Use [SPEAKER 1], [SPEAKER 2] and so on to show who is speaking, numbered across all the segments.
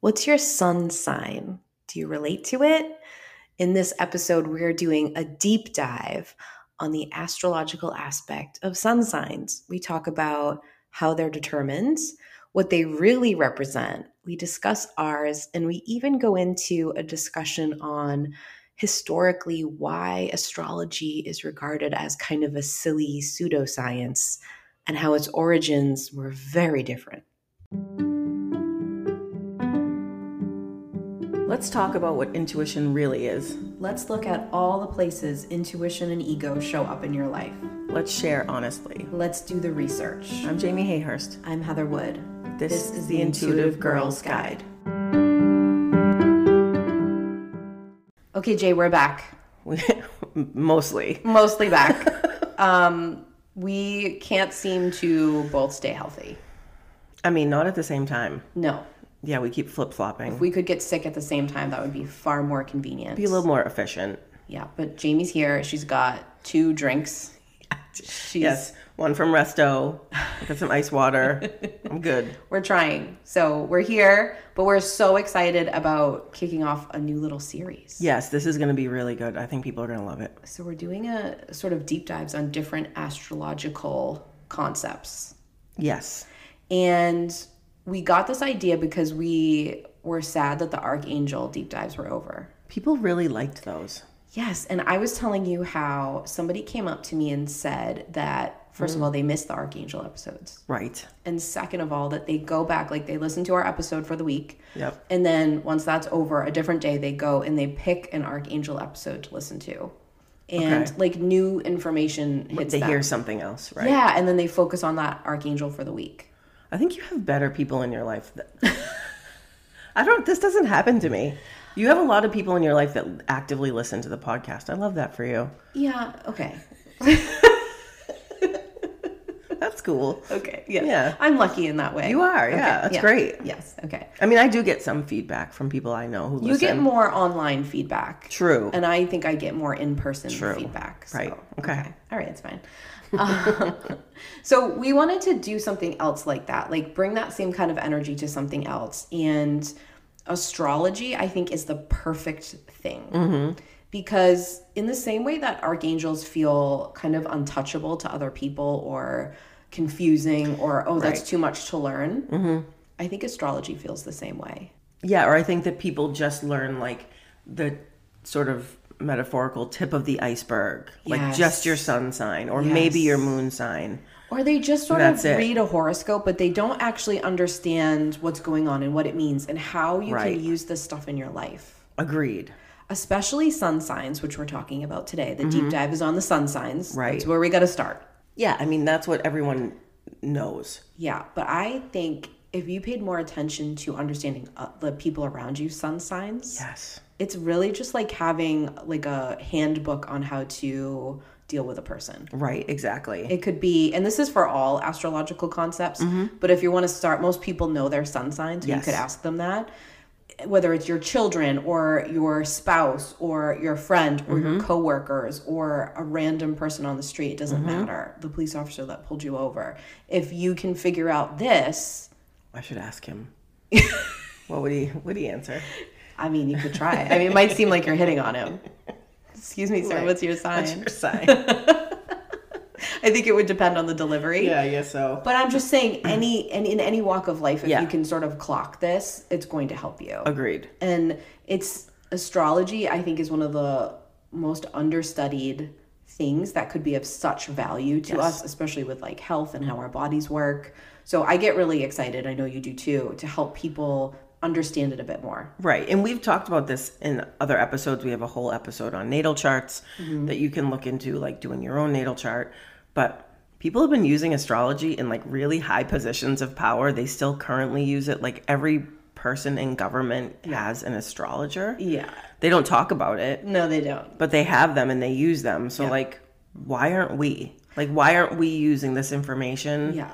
[SPEAKER 1] What's your sun sign? Do you relate to it? In this episode, we're doing a deep dive on the astrological aspect of sun signs. We talk about how they're determined, what they really represent. We discuss ours, and we even go into a discussion on historically why astrology is regarded as kind of a silly pseudoscience and how its origins were very different.
[SPEAKER 2] Let's talk about what intuition really is.
[SPEAKER 1] Let's look at all the places intuition and ego show up in your life.
[SPEAKER 2] Let's share honestly.
[SPEAKER 1] Let's do the research.
[SPEAKER 2] I'm Jamie Hayhurst.
[SPEAKER 1] I'm Heather Wood.
[SPEAKER 2] This, is the Intuitive Girl's Guide.
[SPEAKER 1] Okay, Jay, we're back.
[SPEAKER 2] We- Mostly.
[SPEAKER 1] Mostly back. um, we can't seem to both stay healthy.
[SPEAKER 2] I mean, not at the same time.
[SPEAKER 1] No.
[SPEAKER 2] Yeah, we keep flip flopping.
[SPEAKER 1] If we could get sick at the same time, that would be far more convenient.
[SPEAKER 2] Be a little more efficient.
[SPEAKER 1] yeah, but Jamie's here. She's got two drinks. She's,
[SPEAKER 2] Yes, one from Resto. I got some ice water. I'm good.
[SPEAKER 1] We're trying. So we're here, but we're so excited about kicking off a new little series.
[SPEAKER 2] Yes, this is going to be really good. I think people are going to love it.
[SPEAKER 1] So we're doing a sort of deep dives on different astrological concepts.
[SPEAKER 2] Yes.
[SPEAKER 1] And we got this idea because we were sad that the archangel deep dives were over.
[SPEAKER 2] People really liked those.
[SPEAKER 1] Yes, and I was telling you how somebody came up to me and said that first
[SPEAKER 2] Mm.
[SPEAKER 1] of all they missed the archangel episodes.
[SPEAKER 2] Right.
[SPEAKER 1] And second of all that they go back like they listen to our episode for the week.
[SPEAKER 2] Yep.
[SPEAKER 1] And then once that's over, a different day they go and they pick an archangel episode to listen to. And
[SPEAKER 2] Okay.
[SPEAKER 1] like new information hits
[SPEAKER 2] They
[SPEAKER 1] them.
[SPEAKER 2] hear something else, right?
[SPEAKER 1] Yeah, and then they focus on that archangel for the week.
[SPEAKER 2] I think you have better people in your life. That... I don't. This doesn't happen to me. You have a lot of people in your life that actively listen to the podcast. I love that for you.
[SPEAKER 1] Yeah, okay.
[SPEAKER 2] That's cool.
[SPEAKER 1] Okay. Yeah.
[SPEAKER 2] Yeah.
[SPEAKER 1] I'm lucky in that way.
[SPEAKER 2] You are.
[SPEAKER 1] Okay,
[SPEAKER 2] Yeah, that's great.
[SPEAKER 1] Yes. Okay.
[SPEAKER 2] I mean, I do get some feedback from people I know who listen.
[SPEAKER 1] You get more online feedback.
[SPEAKER 2] True.
[SPEAKER 1] And I think I get more in person feedback. So.
[SPEAKER 2] Right. Okay.
[SPEAKER 1] All right, it's fine. Uh, so we wanted to do something else like that, like bring that same kind of energy to something else. And astrology, I think, is the perfect thing.
[SPEAKER 2] Mm-hmm.
[SPEAKER 1] Because in the same way that archangels feel kind of untouchable to other people or confusing or, oh, that's too much to learn,
[SPEAKER 2] Mm-hmm.
[SPEAKER 1] I think astrology feels the same way.
[SPEAKER 2] Yeah, or I think that people just learn like the sort of metaphorical tip of the iceberg, like
[SPEAKER 1] Yes.
[SPEAKER 2] just your sun sign or maybe
[SPEAKER 1] Yes.
[SPEAKER 2] your moon sign.
[SPEAKER 1] Or they just sort
[SPEAKER 2] That's
[SPEAKER 1] of
[SPEAKER 2] it.
[SPEAKER 1] read a horoscope, but they don't actually understand what's going on and what it means and how you
[SPEAKER 2] Right.
[SPEAKER 1] can use this stuff in your life.
[SPEAKER 2] Agreed.
[SPEAKER 1] Especially sun signs, which we're talking about today. The deep dive is on the sun signs.
[SPEAKER 2] Mm-hmm. Right.
[SPEAKER 1] That's where we got to start.
[SPEAKER 2] Yeah, I mean that's what everyone knows.
[SPEAKER 1] Yeah. But I think if you paid more attention to understanding uh, the people around you, sun signs,
[SPEAKER 2] Yes.
[SPEAKER 1] it's really just like having like a handbook on how to deal with a person.
[SPEAKER 2] Right, exactly.
[SPEAKER 1] It could be, and this is for all astrological concepts, but if you want to start, most people know their sun sign, so you
[SPEAKER 2] Mm-hmm. Yes.
[SPEAKER 1] could ask them that. Whether it's your children or your spouse or your friend or
[SPEAKER 2] Mm-hmm.
[SPEAKER 1] your coworkers or a random person on the street, it doesn't
[SPEAKER 2] Mm-hmm.
[SPEAKER 1] matter. The police officer that pulled you over. If you can figure out this,
[SPEAKER 2] I should ask him. what would he what would he answer?
[SPEAKER 1] I mean, you could try. it. I mean, it might seem like you're hitting on him. Excuse me, sir,
[SPEAKER 2] Right.
[SPEAKER 1] what's your
[SPEAKER 2] What's
[SPEAKER 1] sign?
[SPEAKER 2] your sign?
[SPEAKER 1] I think it would depend on the delivery.
[SPEAKER 2] yeah, I guess so.
[SPEAKER 1] But I'm just saying, any and in any walk of life, if
[SPEAKER 2] Yeah.
[SPEAKER 1] you can sort of clock this, it's going to help you.
[SPEAKER 2] Agreed.
[SPEAKER 1] And it's astrology. I think is one of the most understudied things that could be of such value to us, especially with like health and how our bodies work. So I get really excited. I know you do too, to help people understand it a bit more.
[SPEAKER 2] Right. And we've talked about this in other episodes. We have a whole episode on natal charts that you can look into, like doing your own natal chart. But people have been using astrology in like really high positions of power. They still currently use it. Like every person in government has an astrologer.
[SPEAKER 1] Yeah.
[SPEAKER 2] They don't talk about it,
[SPEAKER 1] No, they don't.
[SPEAKER 2] but they have them and they use them. So, like, why aren't we? Like, why aren't we using this information
[SPEAKER 1] Yeah.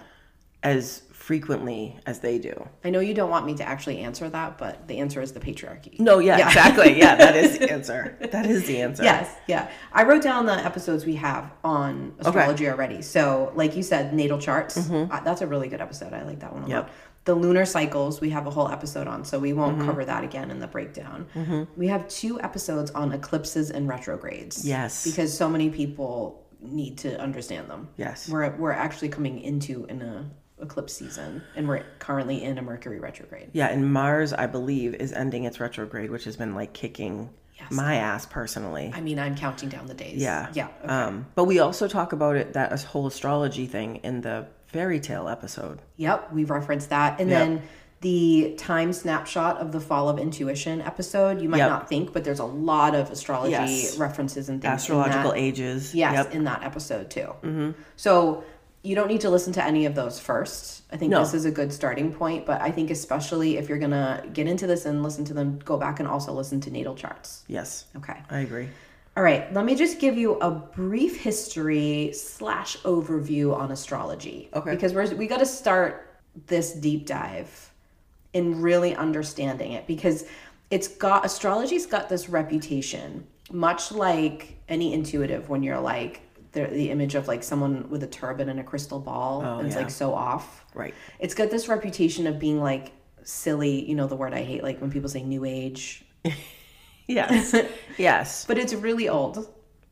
[SPEAKER 2] as frequently as they do?
[SPEAKER 1] I know you don't want me to actually answer that, but the answer is the patriarchy.
[SPEAKER 2] No, yeah, exactly. Yeah, that is the answer. That is the answer.
[SPEAKER 1] Yes, yeah. I wrote down the episodes we have on
[SPEAKER 2] Mm-hmm.
[SPEAKER 1] astrology already. So, like you said, natal charts. Uh, that's a really good episode. I like that one a lot. The lunar cycles, we have a whole episode on, so we won't
[SPEAKER 2] Mm-hmm.
[SPEAKER 1] cover that again in the breakdown. We have two episodes on eclipses and retrogrades.
[SPEAKER 2] Yes.
[SPEAKER 1] Because so many people need to understand them.
[SPEAKER 2] Yes.
[SPEAKER 1] We're, we're actually coming into an uh, eclipse season, and we're currently in a Mercury retrograde.
[SPEAKER 2] Yeah, and Mars, I believe, is ending its retrograde, which has been like kicking my ass personally.
[SPEAKER 1] I mean, I'm counting down the days.
[SPEAKER 2] Yeah.
[SPEAKER 1] Yeah.
[SPEAKER 2] Um, but we also talk about it that as whole astrology thing in the fairy tale episode.
[SPEAKER 1] Yep, we referenced that. And
[SPEAKER 2] Yep.
[SPEAKER 1] then the time snapshot of the fall of intuition episode, you might
[SPEAKER 2] Yep.
[SPEAKER 1] not think, but there's a lot of astrology
[SPEAKER 2] Yes.
[SPEAKER 1] references and things. in that-
[SPEAKER 2] Astrological ages.
[SPEAKER 1] yes,
[SPEAKER 2] Yep. Mm-hmm.
[SPEAKER 1] in that episode too. So you don't need to listen to any of those first. I think
[SPEAKER 2] No.
[SPEAKER 1] this is a good starting point, but I think especially if you're going to get into this and listen to them, go back and also listen to natal charts.
[SPEAKER 2] Yes.
[SPEAKER 1] Okay.
[SPEAKER 2] I agree.
[SPEAKER 1] All right, let me just give you a brief history slash overview on astrology.
[SPEAKER 2] Okay.
[SPEAKER 1] Because we're we got to start this deep dive in really understanding it because it's got astrology's got this reputation, much like any intuitive when you're like the, the image of like someone with a turban and a crystal ball and it's
[SPEAKER 2] Oh, yeah.
[SPEAKER 1] like so off.
[SPEAKER 2] Right.
[SPEAKER 1] It's got this reputation of being like silly, you know the word I hate like when people say new age,
[SPEAKER 2] Yes. yes.
[SPEAKER 1] but it's really old.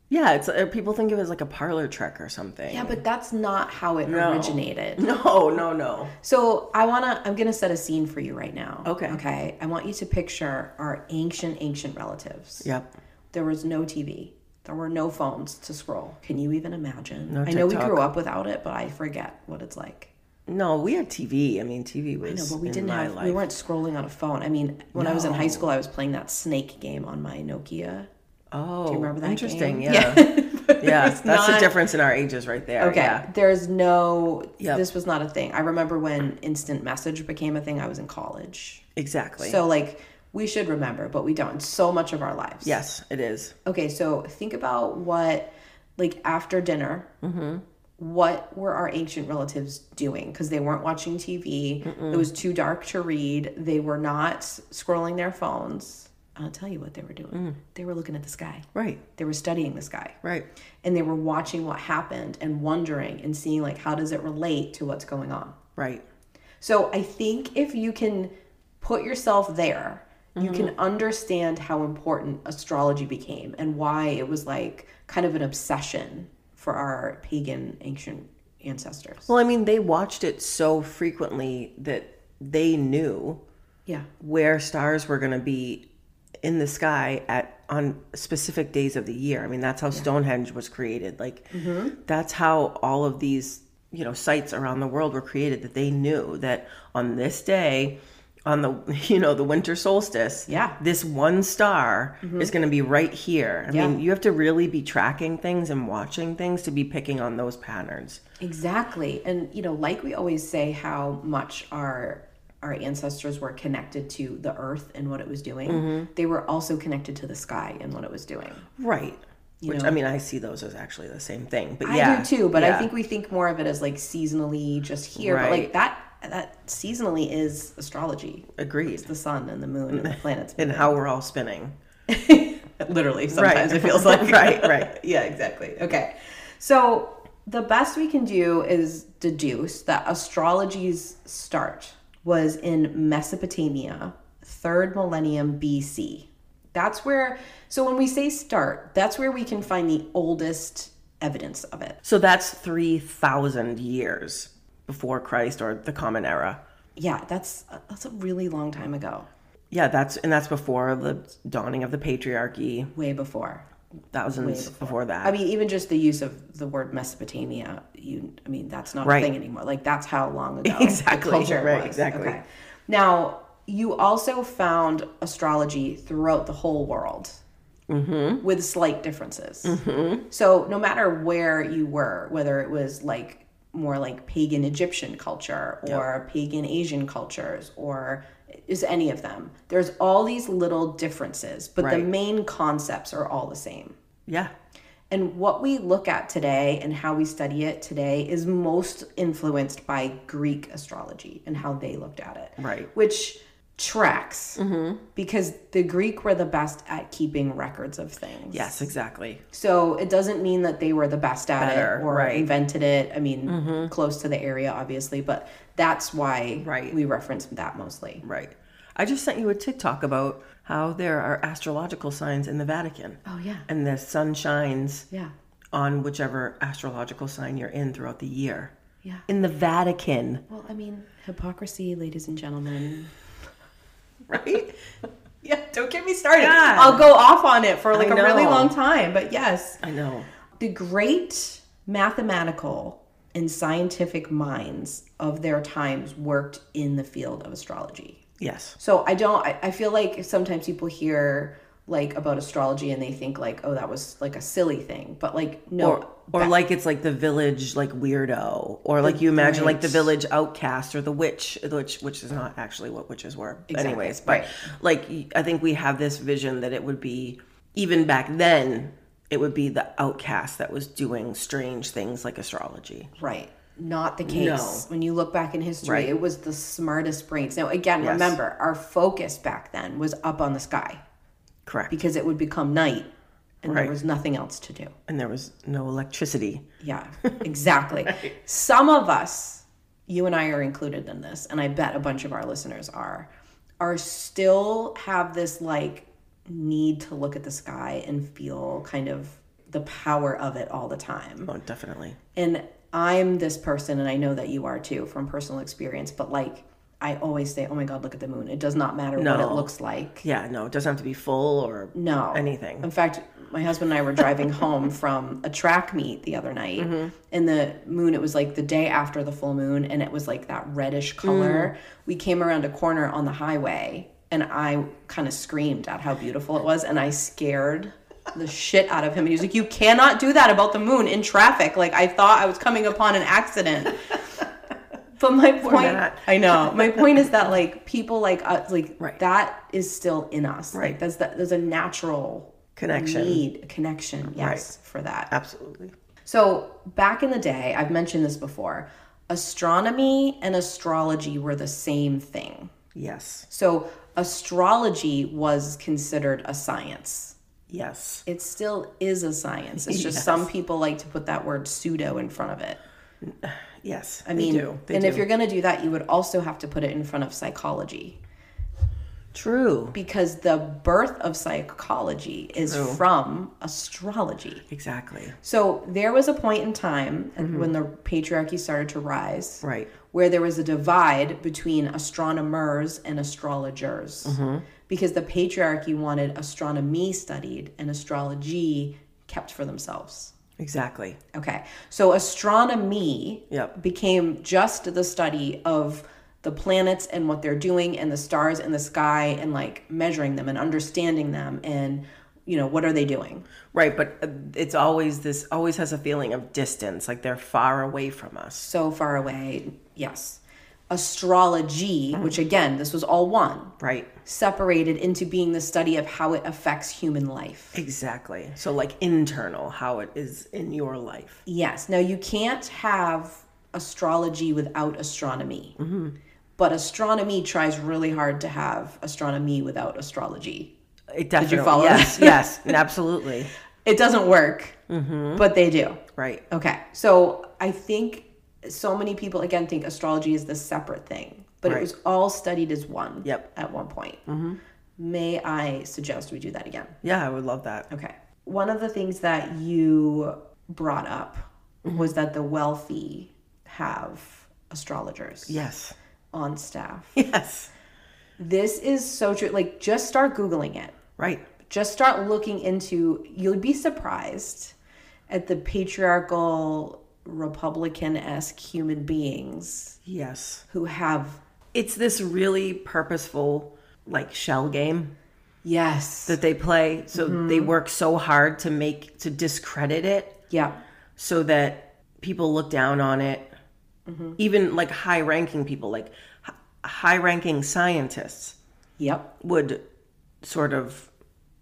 [SPEAKER 2] Yeah, it's uh, people think of it as like a parlor trick or something.
[SPEAKER 1] Yeah, but that's not how it originated.
[SPEAKER 2] No, no, no.
[SPEAKER 1] So I wanna, I'm gonna set a scene for you right now.
[SPEAKER 2] Okay.
[SPEAKER 1] Okay. I want you to picture our ancient, ancient relatives.
[SPEAKER 2] Yep.
[SPEAKER 1] There was no TV. There were no phones to scroll. Can you even imagine?
[SPEAKER 2] No
[SPEAKER 1] I know we
[SPEAKER 2] TikTok.
[SPEAKER 1] grew up without it, but I forget what it's like.
[SPEAKER 2] No, we had TV. I mean, TV was
[SPEAKER 1] No, but we
[SPEAKER 2] in
[SPEAKER 1] didn't
[SPEAKER 2] my
[SPEAKER 1] have.
[SPEAKER 2] life.
[SPEAKER 1] We weren't scrolling on a phone. I mean, when I was in high school, I was playing that snake game on my Nokia.
[SPEAKER 2] oh,
[SPEAKER 1] remember that
[SPEAKER 2] interesting.
[SPEAKER 1] game?
[SPEAKER 2] Yeah.
[SPEAKER 1] Yeah.
[SPEAKER 2] Yeah, that's the
[SPEAKER 1] not-
[SPEAKER 2] difference in our ages right there.
[SPEAKER 1] Okay.
[SPEAKER 2] Yeah.
[SPEAKER 1] There's no.
[SPEAKER 2] Yep.
[SPEAKER 1] This was not a thing. I remember when instant message became a thing. I was in college.
[SPEAKER 2] Exactly.
[SPEAKER 1] So like we should remember, but we don't. It's so much of our lives.
[SPEAKER 2] yes, it is.
[SPEAKER 1] Okay, so think about what like after dinner.
[SPEAKER 2] Mm-hmm.
[SPEAKER 1] What were our ancient relatives doing? Because they weren't watching TV. It was too dark to read. They were not s- scrolling their phones. I'll tell you what they were doing.
[SPEAKER 2] Mm.
[SPEAKER 1] They were looking at the sky.
[SPEAKER 2] Right.
[SPEAKER 1] They were studying the sky.
[SPEAKER 2] Right.
[SPEAKER 1] And they were watching what happened and wondering and seeing like how does it relate to what's going on.
[SPEAKER 2] Right.
[SPEAKER 1] So I think if you can put yourself there, you can understand how important astrology became and why it was like kind of an obsession for our pagan ancient ancestors.
[SPEAKER 2] Well, I mean, they watched it so frequently that they knew
[SPEAKER 1] Yeah.
[SPEAKER 2] where stars were going to be in the sky at on specific days of the year. I mean, that's how Stonehenge was created. Like
[SPEAKER 1] Mm-hmm.
[SPEAKER 2] that's how all of these, you know, sites around the world were created that they knew that on this day on the you know the winter solstice
[SPEAKER 1] Yeah. Mm-hmm.
[SPEAKER 2] this one star is going to be right here i mean you have to really be tracking things and watching things to be picking on those patterns
[SPEAKER 1] Exactly. And you know, like we always say how much our our ancestors were connected to the earth and what it was doing. They were also connected to the sky and what it was doing.
[SPEAKER 2] right which
[SPEAKER 1] know.
[SPEAKER 2] i mean i see those as actually the same thing but
[SPEAKER 1] I
[SPEAKER 2] yeah
[SPEAKER 1] do too, but I
[SPEAKER 2] yeah.
[SPEAKER 1] think we think more of it as like seasonally just here. But like
[SPEAKER 2] Right.
[SPEAKER 1] that that seasonally is astrology.
[SPEAKER 2] agreed
[SPEAKER 1] It's the sun and the moon and the planets.
[SPEAKER 2] and how we're all spinning
[SPEAKER 1] Literally, sometimes
[SPEAKER 2] Right.
[SPEAKER 1] it feels like
[SPEAKER 2] Right, right.
[SPEAKER 1] yeah, exactly. Okay. So the best we can do is deduce that astrology's start was in Mesopotamia, third millennium BC. That's where so when we say start, that's where we can find the oldest evidence of it.
[SPEAKER 2] So that's 3,000 years before Christ or the Common Era.
[SPEAKER 1] yeah that's that's a really long time ago
[SPEAKER 2] Yeah, that's and that's before the dawning of the patriarchy,
[SPEAKER 1] way before
[SPEAKER 2] thousands before. that.
[SPEAKER 1] i mean even just the use of the word mesopotamia you i mean that's not
[SPEAKER 2] Right.
[SPEAKER 1] a thing anymore like that's how long ago
[SPEAKER 2] Exactly,
[SPEAKER 1] the culture
[SPEAKER 2] right,
[SPEAKER 1] was.
[SPEAKER 2] exactly.
[SPEAKER 1] now you also found astrology throughout the whole world
[SPEAKER 2] Mm-hmm.
[SPEAKER 1] with slight differences so no matter where you were whether it was like more like pagan egyptian culture or pagan asian cultures or is any of them there's all these little differences but the
[SPEAKER 2] Right.
[SPEAKER 1] main concepts are all the same
[SPEAKER 2] yeah.
[SPEAKER 1] and what we look at today and how we study it today is most influenced by Greek astrology and how they looked at it.
[SPEAKER 2] Right.
[SPEAKER 1] Which tracks because the Greek were the best at keeping records of things.
[SPEAKER 2] Yes, exactly.
[SPEAKER 1] So it doesn't mean that they were the best at
[SPEAKER 2] Better,
[SPEAKER 1] it or
[SPEAKER 2] right.
[SPEAKER 1] invented it. I mean, close to the area, obviously, but that's why
[SPEAKER 2] Right.
[SPEAKER 1] we reference that mostly.
[SPEAKER 2] Right. I just sent you a TikTok about how there are astrological signs in the Vatican.
[SPEAKER 1] Oh, yeah.
[SPEAKER 2] And the sun shines
[SPEAKER 1] Yeah.
[SPEAKER 2] on whichever astrological sign you're in throughout the year.
[SPEAKER 1] Yeah.
[SPEAKER 2] In the Vatican,
[SPEAKER 1] Well, I mean, hypocrisy, ladies and gentlemen.
[SPEAKER 2] right?
[SPEAKER 1] Yeah, don't get me started.
[SPEAKER 2] God.
[SPEAKER 1] I'll go off on it for like
[SPEAKER 2] I
[SPEAKER 1] a really
[SPEAKER 2] know.
[SPEAKER 1] long time, but yes.
[SPEAKER 2] I know.
[SPEAKER 1] The great mathematical and scientific minds of their times worked in the field of astrology.
[SPEAKER 2] Yes.
[SPEAKER 1] So I don't, I, I feel like sometimes people hear like about astrology and they think like, oh, that was like a silly thing. But like, no.
[SPEAKER 2] Or, or like it's like the village like weirdo or like you imagine like the village outcast or the witch which which is not actually what witches were anyways but
[SPEAKER 1] right.
[SPEAKER 2] like y- i think we have this vision that it would be even back then it would be the outcast that was doing strange things like astrology
[SPEAKER 1] Right. Not the case. When you look back in history,
[SPEAKER 2] Right.
[SPEAKER 1] it was the smartest brains. Now, again, remember, our focus back then was up on the sky
[SPEAKER 2] correct
[SPEAKER 1] because it would become night and
[SPEAKER 2] Right.
[SPEAKER 1] there was nothing else to do.
[SPEAKER 2] and there was no electricity
[SPEAKER 1] Yeah, exactly. Some of us, you and I are included in this, and I bet a bunch of our listeners are, are still have this like need to look at the sky and feel kind of the power of it all the time.
[SPEAKER 2] oh definitely
[SPEAKER 1] And I'm this person, and I know that you are too from personal experience, but like I always say, oh my God, look at the moon. It does not matter what it
[SPEAKER 2] No.
[SPEAKER 1] looks like.
[SPEAKER 2] yeah no it doesn't have to be full or
[SPEAKER 1] No.
[SPEAKER 2] anything
[SPEAKER 1] In fact, my husband and I were driving home from a track meet the other night,
[SPEAKER 2] Mm-hmm.
[SPEAKER 1] and the moon, it was like the day after the full moon, and it was like that reddish color.
[SPEAKER 2] Mm.
[SPEAKER 1] We came around a corner on the highway, and I kind of screamed at how beautiful it was, and I scared the shit out of him. And he was like, You cannot do that about the moon in traffic. Like, I thought I was coming upon an accident. But my point,
[SPEAKER 2] Matt.
[SPEAKER 1] I know. My point is that like people like us, like
[SPEAKER 2] Right.
[SPEAKER 1] that is still in us. Like
[SPEAKER 2] Right.
[SPEAKER 1] that's that. There's a natural
[SPEAKER 2] connection
[SPEAKER 1] need, connection, yes, for that.
[SPEAKER 2] absolutely
[SPEAKER 1] So back in the day, I've mentioned this before. Astronomy and astrology were the same thing.
[SPEAKER 2] yes
[SPEAKER 1] So astrology was considered a science.
[SPEAKER 2] yes
[SPEAKER 1] It still is a science. It's just some people like to put that word pseudo in front of it.
[SPEAKER 2] yes
[SPEAKER 1] I mean,
[SPEAKER 2] they do they
[SPEAKER 1] and
[SPEAKER 2] do
[SPEAKER 1] if you're going to do that, you would also have to put it in front of psychology
[SPEAKER 2] true
[SPEAKER 1] because the birth of psychology is from astrology.
[SPEAKER 2] exactly
[SPEAKER 1] So there was a point in time when the patriarchy started to rise
[SPEAKER 2] right
[SPEAKER 1] where there was a divide between astronomers and astrologers because the patriarchy wanted astronomy studied and astrology kept for themselves.
[SPEAKER 2] Exactly.
[SPEAKER 1] Okay. So astronomy
[SPEAKER 2] Yep.
[SPEAKER 1] became just the study of the planets and what they're doing and the stars in the sky and like measuring them and understanding them and you know what are they doing?
[SPEAKER 2] Right, but uh, it's always this always has a feeling of distance, like they're far away from us.
[SPEAKER 1] So far away. Yes. Astrology, which again, this was all one,
[SPEAKER 2] Right.
[SPEAKER 1] separated into being the study of how it affects human life.
[SPEAKER 2] Exactly. So like internal how it is in your life.
[SPEAKER 1] Yes. Now you can't have astrology without astronomy. But astronomy tries really hard to have astronomy without astrology.
[SPEAKER 2] It definitely
[SPEAKER 1] follow
[SPEAKER 2] yes,
[SPEAKER 1] that?
[SPEAKER 2] yes, absolutely.
[SPEAKER 1] It doesn't work, but they do.
[SPEAKER 2] Right.
[SPEAKER 1] Okay. So I think so many people again think astrology is this separate thing, but it
[SPEAKER 2] Right.
[SPEAKER 1] was all studied as one
[SPEAKER 2] Yep. Mm-hmm.
[SPEAKER 1] at one point. May I suggest we do that again?
[SPEAKER 2] Yeah, I would love that.
[SPEAKER 1] Okay. One of the things that you brought up
[SPEAKER 2] Mm-hmm.
[SPEAKER 1] was that the wealthy have astrologers
[SPEAKER 2] Yes.
[SPEAKER 1] on staff.
[SPEAKER 2] Yes.
[SPEAKER 1] This is so true. Like, just start Googling it.
[SPEAKER 2] Right.
[SPEAKER 1] Just start looking into, you'll be surprised at the patriarchal, Republican esque human beings
[SPEAKER 2] Yes.
[SPEAKER 1] who have,
[SPEAKER 2] It's this really purposeful like shell game
[SPEAKER 1] yes.
[SPEAKER 2] that they play. So they
[SPEAKER 1] Mm-hmm.
[SPEAKER 2] work so hard to make to discredit it
[SPEAKER 1] yeah.
[SPEAKER 2] so that people look down on it. Even like high ranking people, like h- high ranking scientists,
[SPEAKER 1] Yep.
[SPEAKER 2] would sort of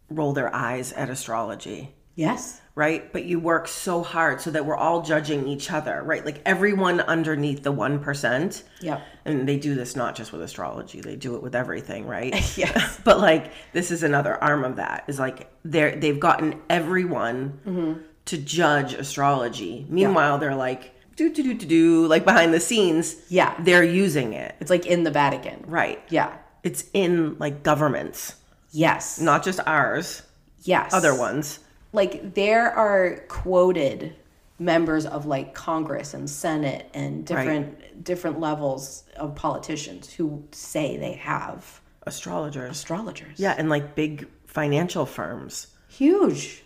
[SPEAKER 2] roll their eyes at astrology
[SPEAKER 1] Yes.
[SPEAKER 2] right? But you work so hard so that we're all judging each other, right? Like everyone underneath the 1%.
[SPEAKER 1] Yep.
[SPEAKER 2] And they do this not just with astrology, they do it with everything, right?
[SPEAKER 1] Yes.
[SPEAKER 2] but like this is another arm of that is like they're they've gotten everyone to judge astrology. Meanwhile, they're like do do do do do like behind the scenes,
[SPEAKER 1] Yeah.
[SPEAKER 2] they're using it.
[SPEAKER 1] It's like in the Vatican.
[SPEAKER 2] Right.
[SPEAKER 1] Yeah.
[SPEAKER 2] It's in like governments,
[SPEAKER 1] Yes.
[SPEAKER 2] not just ours,
[SPEAKER 1] yes.
[SPEAKER 2] other ones.
[SPEAKER 1] Like there are quoted members of like Congress and Senate and different different levels of politicians who say they have
[SPEAKER 2] Astrologers.
[SPEAKER 1] astrologers.
[SPEAKER 2] Yeah, and like big financial firms.
[SPEAKER 1] Huge.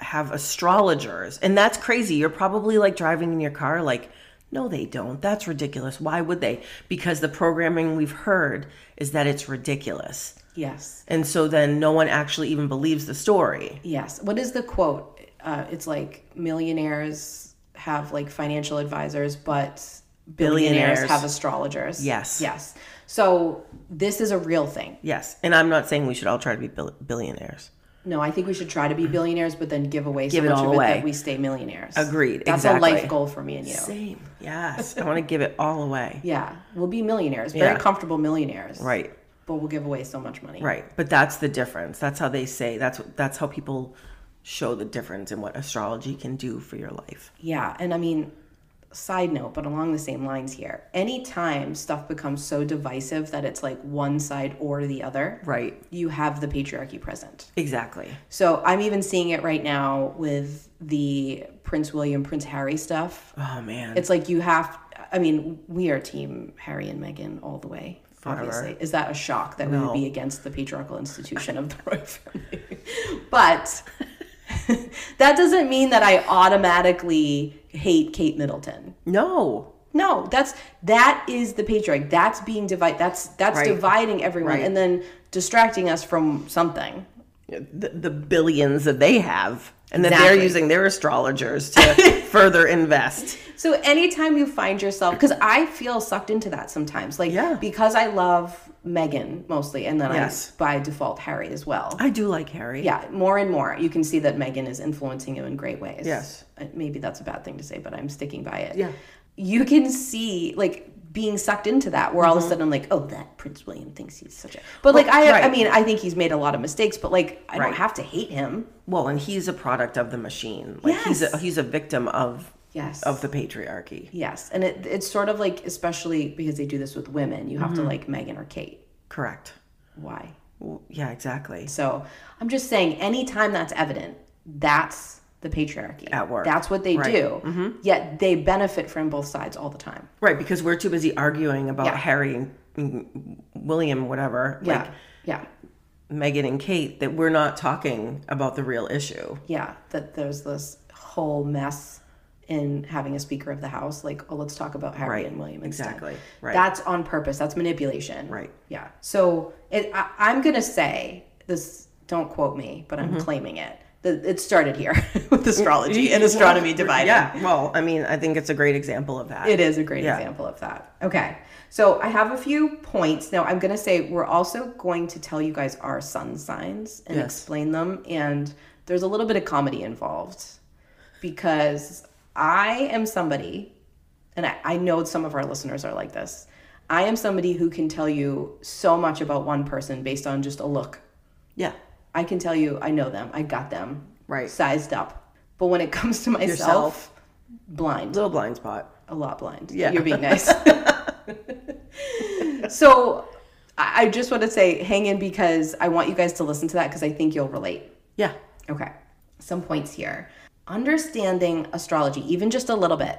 [SPEAKER 2] have astrologers and that's crazy you're probably like driving in your car like no they don't that's ridiculous why would they because the programming we've heard is that it's ridiculous
[SPEAKER 1] Yes.
[SPEAKER 2] and so then no one actually even believes the story
[SPEAKER 1] Yes. What is the quote? Uh, it's like millionaires have like financial advisors, but billionaires,
[SPEAKER 2] Billionaires.
[SPEAKER 1] have astrologers.
[SPEAKER 2] Yes.
[SPEAKER 1] Yes. So this is a real thing.
[SPEAKER 2] yes and i'm not saying we should all try to be bil- billionaires
[SPEAKER 1] No, I think we should try to be billionaires, but then give away
[SPEAKER 2] Give
[SPEAKER 1] so
[SPEAKER 2] it
[SPEAKER 1] much
[SPEAKER 2] all
[SPEAKER 1] of it
[SPEAKER 2] away.
[SPEAKER 1] that we stay millionaires.
[SPEAKER 2] Agreed,
[SPEAKER 1] That's
[SPEAKER 2] exactly.
[SPEAKER 1] a life goal for me and you.
[SPEAKER 2] same yes i want to give it all away
[SPEAKER 1] Yeah. We'll be millionaires, very
[SPEAKER 2] Yeah.
[SPEAKER 1] comfortable millionaires.
[SPEAKER 2] right
[SPEAKER 1] But we'll give away so much money.
[SPEAKER 2] right but that's the difference that's how they say that's that's how people show the difference in what astrology can do for your life
[SPEAKER 1] Yeah, and I mean, side note, but along the same lines here, anytime stuff becomes so divisive that it's like one side or the other,
[SPEAKER 2] right
[SPEAKER 1] you have the patriarchy present.
[SPEAKER 2] exactly
[SPEAKER 1] So I'm even seeing it right now with the Prince William, Prince Harry stuff.
[SPEAKER 2] oh man
[SPEAKER 1] It's like you have, I mean, we are team Harry and Meghan all the way. Obviously, is that a shock that we would be against the patriarchal institution of the royal family? but that doesn't mean that I automatically hate Kate Middleton.
[SPEAKER 2] no
[SPEAKER 1] No, that's that is the patriarch. That's being divide. That's that's
[SPEAKER 2] Right.
[SPEAKER 1] dividing everyone
[SPEAKER 2] Right.
[SPEAKER 1] and then distracting us from something.
[SPEAKER 2] the, the billions that they have and that
[SPEAKER 1] Exactly.
[SPEAKER 2] they're using their astrologers to further invest.
[SPEAKER 1] So anytime you find yourself, because I feel sucked into that sometimes, like
[SPEAKER 2] Yeah.
[SPEAKER 1] because I love Megan mostly, and then
[SPEAKER 2] Yes.
[SPEAKER 1] I by default Harry as well.
[SPEAKER 2] I do like Harry.
[SPEAKER 1] Yeah, more and more you can see that Megan is influencing him in great ways.
[SPEAKER 2] Yes.
[SPEAKER 1] Uh, maybe that's a bad thing to say, but I'm sticking by it.
[SPEAKER 2] Yeah.
[SPEAKER 1] you can see like being sucked into that where all
[SPEAKER 2] Mm-hmm.
[SPEAKER 1] of a sudden I'm like, oh, that Prince William thinks he's such a. But like I, I
[SPEAKER 2] right.
[SPEAKER 1] mean, I think he's made a lot of mistakes, but like I
[SPEAKER 2] Right.
[SPEAKER 1] don't have to hate him.
[SPEAKER 2] Well, and he's a product of the machine. Like he's a,
[SPEAKER 1] Yes.
[SPEAKER 2] he's a victim of
[SPEAKER 1] Yes.
[SPEAKER 2] of the patriarchy.
[SPEAKER 1] Yes, and it, it's sort of like, especially because they do this with women, you have
[SPEAKER 2] Mm-hmm.
[SPEAKER 1] to like Megan or Kate.
[SPEAKER 2] Correct.
[SPEAKER 1] Why?
[SPEAKER 2] Well, yeah, exactly.
[SPEAKER 1] So I'm just saying, anytime that's evident, that's the patriarchy
[SPEAKER 2] At work. Mm-hmm.
[SPEAKER 1] That's what they do. Yet they benefit from both sides all the time.
[SPEAKER 2] Right, because we're too busy arguing about
[SPEAKER 1] Yeah.
[SPEAKER 2] Harry and, and William, whatever, like
[SPEAKER 1] yeah, yeah,
[SPEAKER 2] Megan and Kate, that we're not talking about the real issue.
[SPEAKER 1] yeah. That there's this whole mess in having a speaker of the house. Like, oh, let's talk about Harry
[SPEAKER 2] Right,
[SPEAKER 1] and William instead.
[SPEAKER 2] Exactly. Right.
[SPEAKER 1] That's on purpose. That's manipulation.
[SPEAKER 2] Right.
[SPEAKER 1] Yeah. So it, I, I'm going to say this, don't quote me, but
[SPEAKER 2] Mm-hmm.
[SPEAKER 1] I'm claiming it. that it started here with astrology and astronomy divided.
[SPEAKER 2] yeah. Well, I mean, I think it's a great example of that.
[SPEAKER 1] It is a great example of that. Okay. So I have a few points. Now I'm going to say we're also going to tell you guys our sun signs and
[SPEAKER 2] Yes.
[SPEAKER 1] explain them. And there's a little bit of comedy involved because I am somebody, and I, I know some of our listeners are like this. I am somebody who can tell you so much about one person based on just a look.
[SPEAKER 2] yeah.
[SPEAKER 1] I can tell you, I know them, I got them,
[SPEAKER 2] Right.
[SPEAKER 1] sized up. But when it comes to myself,
[SPEAKER 2] Yourself.
[SPEAKER 1] blind
[SPEAKER 2] Little blind spot.
[SPEAKER 1] a lot blind.
[SPEAKER 2] Yeah.
[SPEAKER 1] You're being nice. so I I just want to say hang in because I want you guys to listen to that because I think you'll relate.
[SPEAKER 2] Yeah.
[SPEAKER 1] Okay. Some points here. Understanding astrology, even just a little bit.